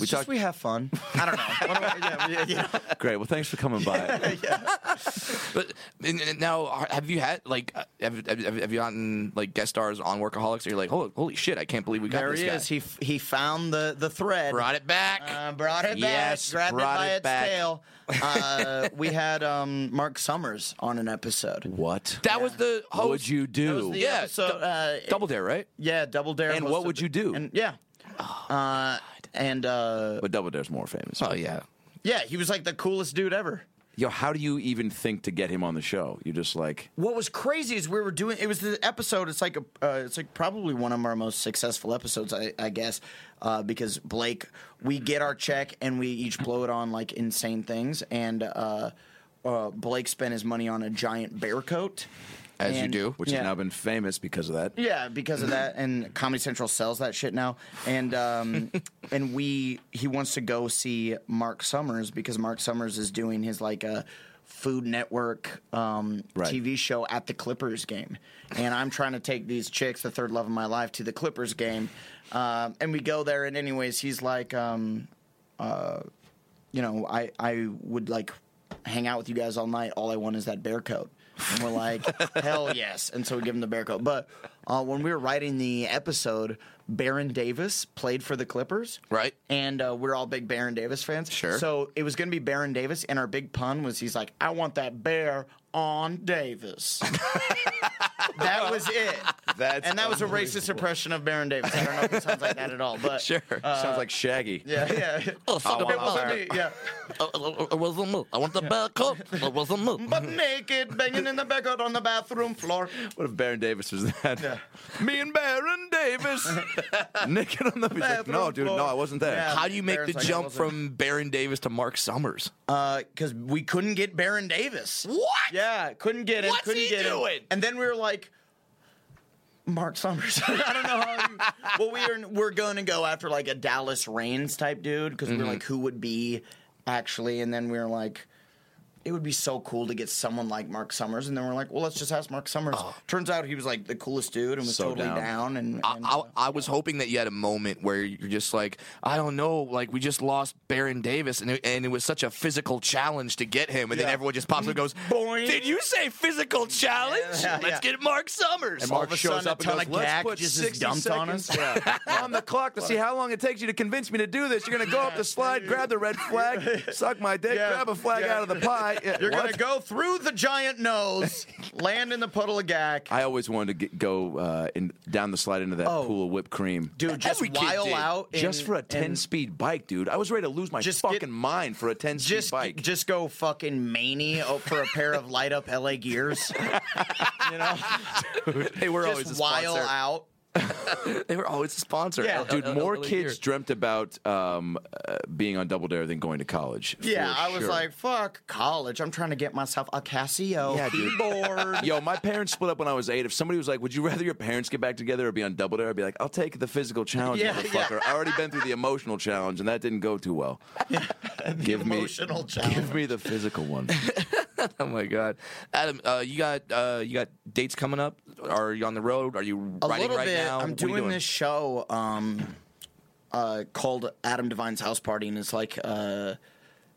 E: we
C: just
E: talked-
C: we have fun. I don't know. What do I- yeah, yeah, yeah.
E: Great. Well, thanks for coming by.
B: But and- and now, are- have you had like uh, have, have, have have you gotten like guest stars on Workaholics? Or you're like, holy, holy shit, I can't believe we got
C: There
B: this
C: he
B: guy.
C: is. He f- he found the the thread.
B: Brought it back.
C: Uh, brought it back.
B: Yes,
C: grabbed
B: brought
C: it by
B: it
C: its
B: back.
C: tail. Uh, we had um, Mark Summers on an episode.
E: what?
B: that was the
E: What
B: host.
E: would you do?
B: the- Yeah,
C: So uh,
B: Double Dare, right?
C: yeah, Double Dare.
E: And what
C: hosted
E: would
C: the-
E: you do?
C: And yeah, uh, and uh,
E: but Double Dare's more famous.
B: Oh yeah.
C: yeah, he was like the coolest dude ever.
E: Yo, how do you even think to get him on the show? You're just like,
C: What was crazy is we were doing. It was the episode. It's like a. Uh, it's like probably one of our most successful episodes, I, I guess, uh, because Blake, we get our check and we each blow it on like insane things, and uh, uh, Blake spent his money on a giant bear coat.
B: As you
C: And-
B: do.
E: which
C: Yeah.
E: has now been famous because of that.
C: Yeah, because of that, and Comedy Central sells that shit now, and um, and we he wants to go see Mark Summers because Mark Summers is doing his like a Food Network um,
E: Right.
C: TV show at the Clippers game, and I'm trying to take these chicks, the third love of my life, to the Clippers game, um, and we go there, and anyways, he's like. Um, you know, I I would like hang out with you guys all night. All I want is that bear coat. And we're like, hell yes. And so we give him the bear coat. But uh, when we were writing the episode, Baron Davis played for the Clippers.
B: Right.
C: And uh, we're all big Baron Davis fans.
B: Sure.
C: So it was going to be Baron Davis. And our big pun was he's like, I want that bear on Davis. that was it.
E: That's
C: and that was a racist oppression of Baron Davis. I don't know if it sounds like that at all. But
B: Sure.
E: Sounds like Shaggy.
C: Yeah, yeah.
B: Oh, son of a
C: It was
B: bitch.
C: indeed, yeah.
B: Uh, uh, uh, It was a move. I want the bell coat. It was a move.
C: but naked, banging in the backyard on the bathroom floor.
E: What if Baron Davis was that? Me and Baron Davis. Naked on the beach. Like, no, dude, no, I wasn't there.
C: Yeah.
B: How do you make
C: Baron's
B: the
C: like, I
B: jump
C: wasn't-
B: from Baron Davis to Mark Summers?
C: Because we couldn't get Baron Davis.
B: What?
C: Yeah, couldn't get him.
B: What's
C: couldn't
B: he
C: get him.
B: doing?
C: And then we were like, Mark Summers. I don't know how. You, well, we are we're going to go after like a Dallas Reigns type dude because we we're like, who would be actually? And then we were like. It would be so cool to get someone like Mark Summers, and then we're like, well, let's just ask Mark Summers. Turns out he was like the coolest dude and was
E: So
C: totally
E: down.
C: down. and,
B: I,
C: and,
B: I, I was hoping that you had a moment where you're just like, I don't know, like we just lost Baron Davis, and it, and it was such a physical challenge to get him, and then
C: Yeah.
B: everyone just pops up and goes,
C: Boing.
B: "Did you say physical challenge?
C: Yeah, yeah.
B: Let's get Mark Summers."
E: And
C: All
E: Mark
C: of a
E: shows
C: sudden,
E: up
C: a
E: and
C: ton
E: goes,
C: of
E: "Let's
C: gag
E: put
C: just is
E: 60
C: dumped on us."
E: seconds on the clock to see how long it takes you to convince me to do this. You're gonna go up the slide, grab the red flag, suck my dick,
C: Yeah.
E: grab a flag
C: Yeah.
E: out of the pie. Yeah,
C: You're
E: what?
C: gonna go through the giant nose, land in the puddle of gack.
E: I always wanted to get, go uh, in, down the slide into that
C: Oh.
E: pool of whipped cream.
C: Dude, just
B: Every kid
C: while
B: did.
C: out and-
E: just for a 10
C: and
E: speed bike, dude. I was ready to lose my
C: Just
E: fucking
C: get-
E: mind for a 10 speed
C: Just
E: bike.
C: just go fucking mania out for a pair of light up LA gears. you know,
B: they were
C: just while out.
B: They were always a sponsor.
C: Yeah.
B: L-
E: Dude,
B: L-
E: more
B: L-
E: kids
B: Here.
E: dreamt about um, uh, being on Double Dare than going to college.
C: Yeah,
E: for
C: I was
E: sure.
C: like, fuck college. I'm trying to get myself a Casio
E: Yeah, dude.
C: keyboard.
E: Yo, my parents split up when I was eight. If somebody was like, "Would you rather your parents get back together or be on Double Dare?" I'd be like, "I'll take the physical challenge,
C: Yeah,
E: motherfucker. I already been through the emotional challenge, and that didn't go too well. give me,
C: emotional challenge.
E: give me the physical one.
B: Oh my god, Adam, uh, you got uh, you got dates coming up? Are you on the road? Are you
C: a
B: writing
C: little
B: right
C: bit.
B: now?
C: I'm
B: What are you
C: doing, this show um, uh, called Adam Devine's House Party, and it's like uh,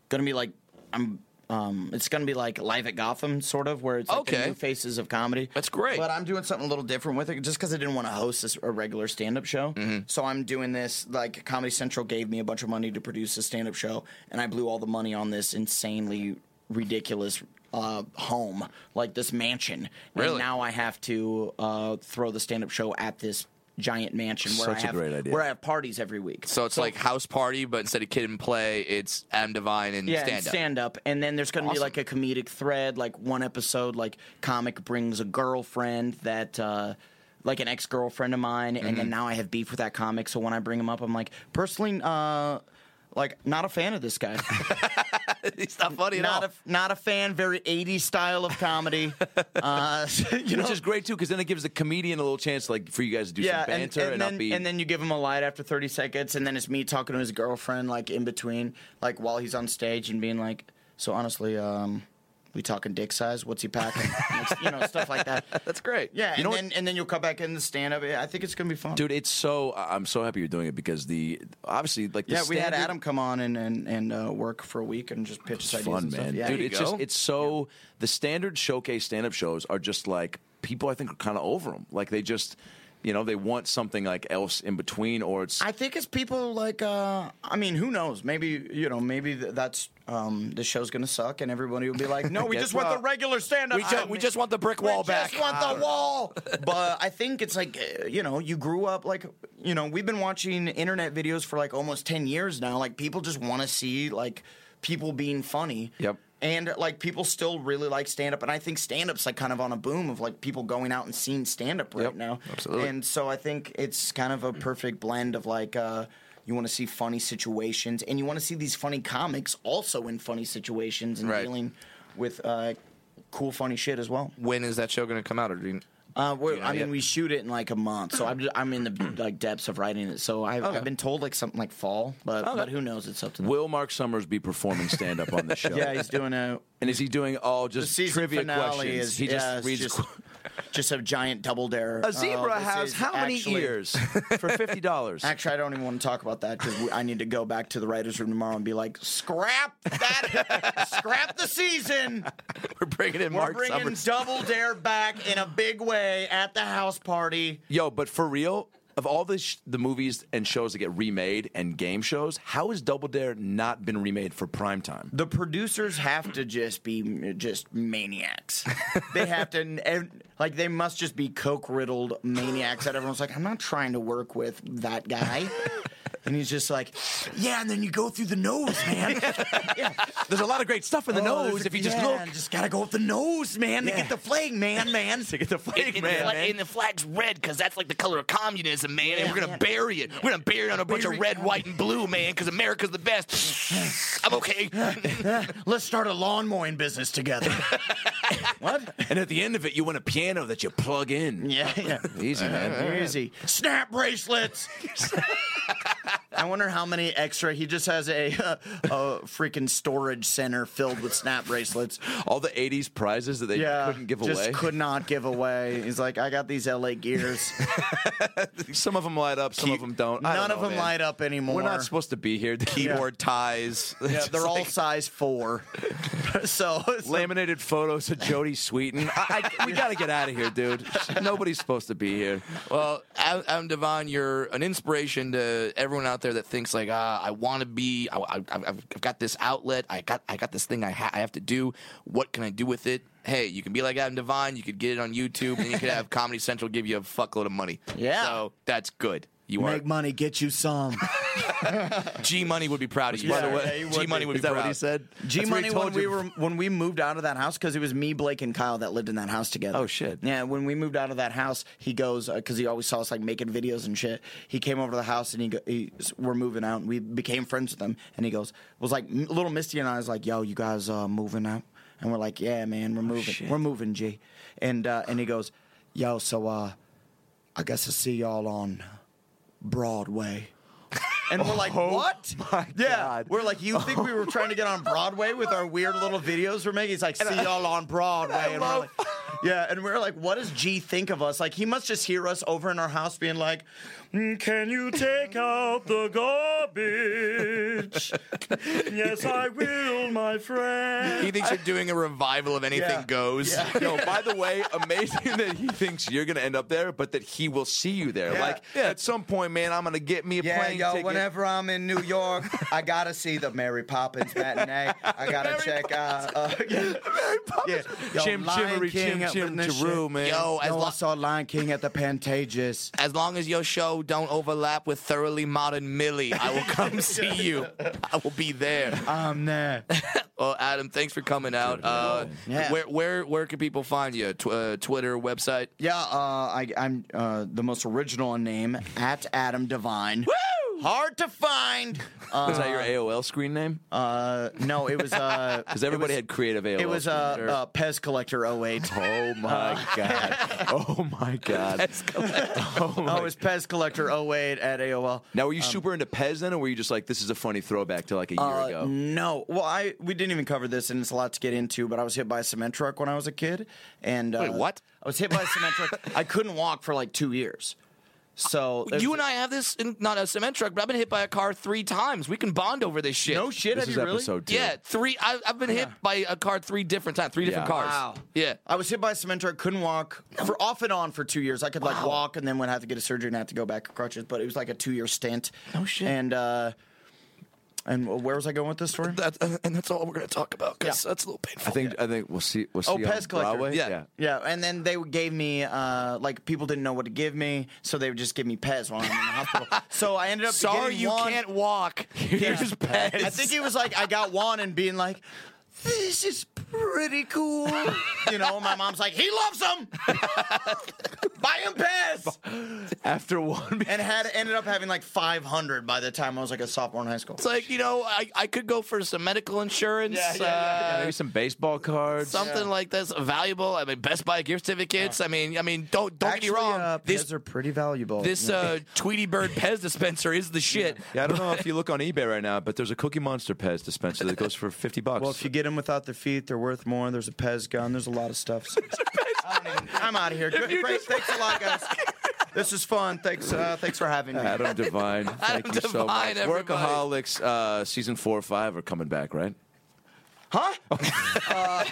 C: gonna be like I'm. Um, it's gonna be like live at Gotham, sort of, where it's like the
B: Okay.
C: new faces of comedy.
B: That's great.
C: But I'm doing something a little different with it, just because I didn't want to host this, a regular stand-up show.
E: Mm-hmm.
C: So I'm doing this. Like Comedy Central gave me a bunch of money to produce a stand-up show, and I blew all the money on this insanely ridiculous uh, home, like this mansion.
B: Really?
C: And now I have to uh, throw the stand-up show at this giant mansion where
E: Such
C: I
E: a
C: have
E: great idea.
C: where I have parties every week.
B: So it's like house party, but instead of kid and play, it's Adam Devine and
C: yeah,
B: stand
C: stand
B: up.
C: up. stand up, and then there's going to be like a comedic thread, like one episode, like comic brings a girlfriend that. Uh, like an ex girlfriend of mine, and
B: Mm-hmm.
C: then now I have beef with that comic. So when I bring him up, I'm like, personally, uh, like not a fan of this guy.
B: it's not funny at
C: not
B: all.
C: a not a fan. Very 80s style of comedy. uh, you
E: Which
C: know?
E: is great too, because then it gives the comedian a little chance, like, for you guys to do some banter and,
C: then,
E: not be.
C: and then you give him a light after 30 seconds, and then it's me talking to his girlfriend, like in between, like while he's on stage and being like, So honestly, um, we talking dick size? What's he packing? And it's- you know, stuff like that.
B: That's great.
C: Yeah,
E: know
C: and,
E: what-
C: then, and then you'll come back in the stand up. I think it's going to be fun.
E: Dude, it's so. I- I'm so happy you're doing it because the obviously like the
C: yeah, we had
E: standard-
C: Adam come on and, and, and uh, work for a week and just pitch his
E: It's
C: ideas.
E: fun,
C: and stuff.
E: man.
C: Yeah.
E: Dude,
B: you
E: it's
B: go.
E: just it's so the standard showcase stand-up shows are just like people. I think are kind of over them. Like they just, you know, they want something like else in between, or it's
C: I think it's people like uh I mean who knows maybe you know maybe th- that's um the show's gonna suck and everybody will be like no we
E: Guess
C: just want
E: what?
C: the regular stand up
B: We ju- we just want the brick wall back.
C: just want the wall but I think it's like uh, you know you grew up like you know we've been watching internet videos for like almost ten years now like people just want to see like people being funny
E: Yep.
C: and like people still really like stand up and I think stand up's like kind of on a boom of like people going out and seeing stand up right
E: Yep.
C: now
B: Absolutely.
C: and so I think it's kind of a perfect blend of like uh, you want to see funny situations and you want to see these funny comics also in funny situations and
B: Right.
C: dealing with uh, cool funny shit as well.
B: When is that show going to come out? Or do you,
C: Uh, we're,
B: Yeah,
C: I mean,
B: yeah.
C: we shoot it in like a month, so I'm, ju- I'm in the like depths of writing it. So I've, I've been told like something like fall, but but who knows? It's up to them.
E: will Mark Summers be performing stand-up on this show?
C: Yeah, he's doing a
E: and is he doing all
C: the
E: just
C: season
E: trivia
C: finale
E: questions?
C: is
E: he just
C: yeah, it's
E: reads.
C: just, just a giant double dare.
E: a zebra
C: Uh, this
E: has
C: is
E: how many
C: actually-
E: ears for fifty dollars?
C: Actually, I don't even want to talk about that because I need to go back to the writers' room tomorrow and be like, scrap that, scrap the season.
B: we're bringing in
C: We're
B: Mark
C: bringing
B: Summers.
C: Double Dare back in a big way at the house party.
E: Yo, but for real, of all the sh- the movies and shows that get remade and game shows, how has Double Dare not been remade for prime time?
C: The producers have to just be mm, just maniacs. They have to ev- like they must just be coke riddled maniacs that everyone's like, I'm not trying to work with that guy. And he's just like, yeah, and then you go through the nose, man. yeah.
E: There's a lot of great stuff in the
C: Oh,
E: nose
C: there's a-
E: if you just
C: yeah,
E: look.
C: Just gotta go with the nose, man, to
E: Yeah.
C: get the flag, man, man. to get the flag,
B: and the flag's red because that's like the color of communism, man. and we're gonna bury it. We're gonna bury it on a bunch of red, white, and blue, man. Because America's the best. I'm okay.
C: Let's start a lawn mowing business together. what?
E: And at the end of it, you want a piano that you plug in.
C: Yeah, yeah. Uh-huh.
E: Easy, man.
C: Easy. Snap bracelets. I wonder how many extra. He just has a, uh, a freaking storage center filled with snap bracelets.
E: All the 80s prizes that they
C: Yeah,
E: couldn't give
C: just
E: away.
C: could not give away. He's like, I got these LA gears.
E: Some of them light up, some of them don't. I
C: None
E: don't
C: of
E: know,
C: them
E: man.
C: light up anymore.
E: We're not supposed to be here.
B: Keyboard ties.
C: Yeah, they're all size four. so, so
E: Laminated photos of Jody Sweeten. I, I, we got to get out of here, dude. Nobody's supposed to be here.
B: Well, Adam, Adam Devine, you're an inspiration to everyone out there that thinks like, ah, I want to be. I, I, I've I've got this outlet. I got I got this thing I, ha- I have to do. What can I do with it? Hey, you can be like Adam Devine. You could get it on YouTube, and you could have Comedy Central give you a fuckload of money.
C: Yeah.
B: so that's good. You are
C: Make money, get you some.
B: G Money would be proud of you.
C: by the way, he
B: G Money would be
E: Is that
B: proud.
E: what he said?
C: G
E: That's what he
C: Money when
E: told
C: we
E: you.
C: were when we moved out of that house because it was me, Blake, and Kyle that lived in that house together.
E: Oh, shit.
C: Yeah, when we moved out of that house, he goes because he always saw us like making videos and shit. He came over to the house and he, go, he we're moving out and we became friends with him. And he goes was like M- little Misty and I was like, "Yo, you guys uh, moving out?" And we're like, "Yeah, man, we're
E: Oh,
C: moving. we're moving, G." And uh, and he goes, "Yo, so uh, I guess I see y'all on Broadway." And we're like,
E: Oh
C: what? yeah.
E: God.
C: We're like, you think we were trying to get on Broadway with our weird little videos we're making? He's like, see y'all on Broadway. And we're like, yeah. And we're like, what does G think of us? Like, he must just hear us over in our house being like, "Mm, can you take out the garbage? yes, I will, my friend.
B: He thinks you're doing a revival of Anything
C: Yeah.
B: Goes.
E: Yo, by the way, amazing that he thinks you're gonna end up there, but that he will see you there.
C: Yeah.
E: Like at some point, man, I'm gonna get me a
C: Yeah,
E: plane
C: yo,
E: ticket.
C: whenever I'm in New York, I gotta see the Mary Poppins matinee. I gotta check out. Uh, yeah. Yeah. Yo,
E: Chim
C: Lion
E: chimmery
C: King
E: chim
C: up in
E: chim
C: this
E: Jeru,
C: shit.
E: man.
B: Yo, Oh, as,
C: Yo,
B: lo-
C: I saw Lion King at the Pantages.
B: as long as your show don't overlap with Thoroughly Modern Millie, I will come see you. I will be there.
C: I'm there.
B: Well, Adam, thanks for coming out. Uh,
C: Yeah.
B: Where where where can people find you? Tw- uh, Twitter, website.
C: Yeah, uh, I, I'm uh, the most original name at Adam Devine. Woo! Hard to find. Uh,
E: Was that your AOL screen name?
C: uh, no, it was. Uh,
E: Because everybody had creative AOL.
C: it was uh,
E: screen.
C: uh, Pez Collector Uh, 08.
E: oh my god. Oh my god.
C: Oh, it was Pez Collector 08 at AOL.
E: Now, were you super into Pez then, or were you just like, this is a funny throwback to like a year
C: Um, Uh,
E: ago?
C: No, well, I we didn't even cover this, and it's a lot to get into. But I was hit by a cement truck when I was a kid, and uh,
B: Wait, what?
C: I was hit by a cement truck. I couldn't walk for like two years. So
B: You and I have this in, not a cement truck, but I've been hit by a car three times. We can bond over this shit.
C: no shit.
E: This
C: have
E: is
C: you really?
E: episode two.
B: Yeah, three. I, I've been hit by a car three different times. Three different
E: Yeah.
B: cars.
C: Wow.
B: Yeah.
C: I was hit by a cement truck, couldn't walk for off and on for two years. I could like walk, and then would have to get a surgery and have to go back to crutches. But it was like a two year stint. No
B: shit.
C: And uh, and where was I going with this story?
B: That, uh, and that's all we're gonna talk about because
C: Yeah.
B: that's a little painful.
E: I think I think we'll see. We'll see
C: Oh,
E: on
C: Pez Collector.
E: Broadway?
B: Yeah.
C: Yeah, and then they gave me uh, like people didn't know what to give me, so they would just give me Pez while I'm in the hospital. So I ended up
B: Sorry,
C: getting
B: you
C: one-
B: can't walk.
C: Yeah.
B: Here's Pez.
C: I think he was like, I got one, and being like, this is pretty cool. you know, my mom's like, he loves him. Buy him Pez,
E: After one,
C: and had ended up having like 500 by the time I was like a sophomore in high school.
B: it's like you know, I, I could go for some medical insurance.
C: Yeah, yeah, yeah,
B: uh,
E: maybe some baseball cards.
B: Something like this valuable. I mean, Best Buy gift certificates. I mean, I mean, don't don't
C: Actually,
B: get me wrong.
C: uh,
B: this
C: Pez are pretty valuable.
B: this
C: Yeah.
B: uh, Tweety Bird Pez dispenser is the shit.
E: Yeah, I don't know if you look on eBay right now, but there's a Cookie Monster Pez dispenser that goes for fifty bucks.
C: Well, if you get them without their feet, they're worth more. There's a Pez gun. There's a lot of stuff. I don't even, I'm out of here. Great, great. Thanks a lot, guys. This is fun. Thanks. Uh, thanks for having me.
E: Adam Devine, thank
B: Adam
E: you so much.
B: Devine, everybody.
E: Workaholics, uh, season four or five are coming back, right?
C: Huh?
E: Oh,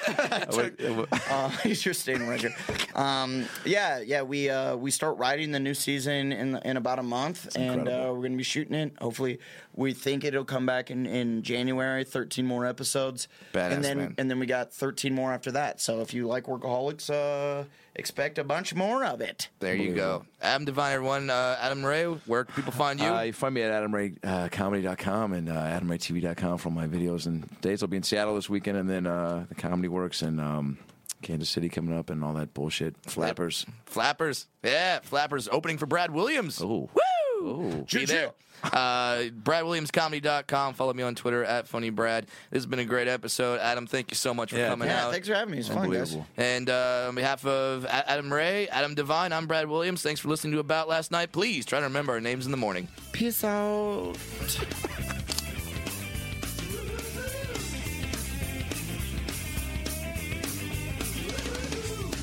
E: wait, uh, w-
C: Uh, he's just staying right here. Um, yeah, yeah. We uh, we start writing the new season in in about a month, and uh,
E: incredible.
C: we're gonna be shooting it. Hopefully, we think it'll come back in, in January. Thirteen more episodes,
B: Badass,
C: and then
B: man.
C: and then we got thirteen more after that. So if you like workaholics, uh, expect a bunch more of it.
B: There you go. Adam Devine, everyone. Uh, Adam Ray, where can people find you?
E: Uh, you find me at uh, adamraycomedy.com and uh, adamraytv.com for all my videos and dates. I'll be in Seattle this weekend, and then uh, the Comedy Works and um, Kansas City coming up, and all that bullshit. Flappers.
B: Flappers. Yeah, Flappers opening for Brad Williams.
E: Oh.
B: Woo! Be
C: Choo-choo.
B: there. Uh, BradWilliamsComedy.com. Follow me on Twitter at FunnyBrad. This has been a great episode. Adam, thank you so much for
E: Yeah,
B: coming
C: Yeah,
B: out.
C: thanks for having me. It's fun, guys.
E: Unbelievable.
B: And uh, on behalf of A- Adam Ray, Adam Devine, I'm Brad Williams. Thanks for listening to About Last Night. Please try to remember our names in the morning.
C: Peace out.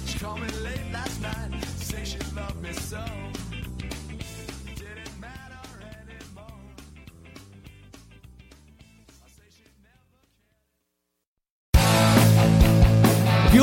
A: She called me late last night, say she loved me so. Didn't matter anymore. I say she never.
F: If you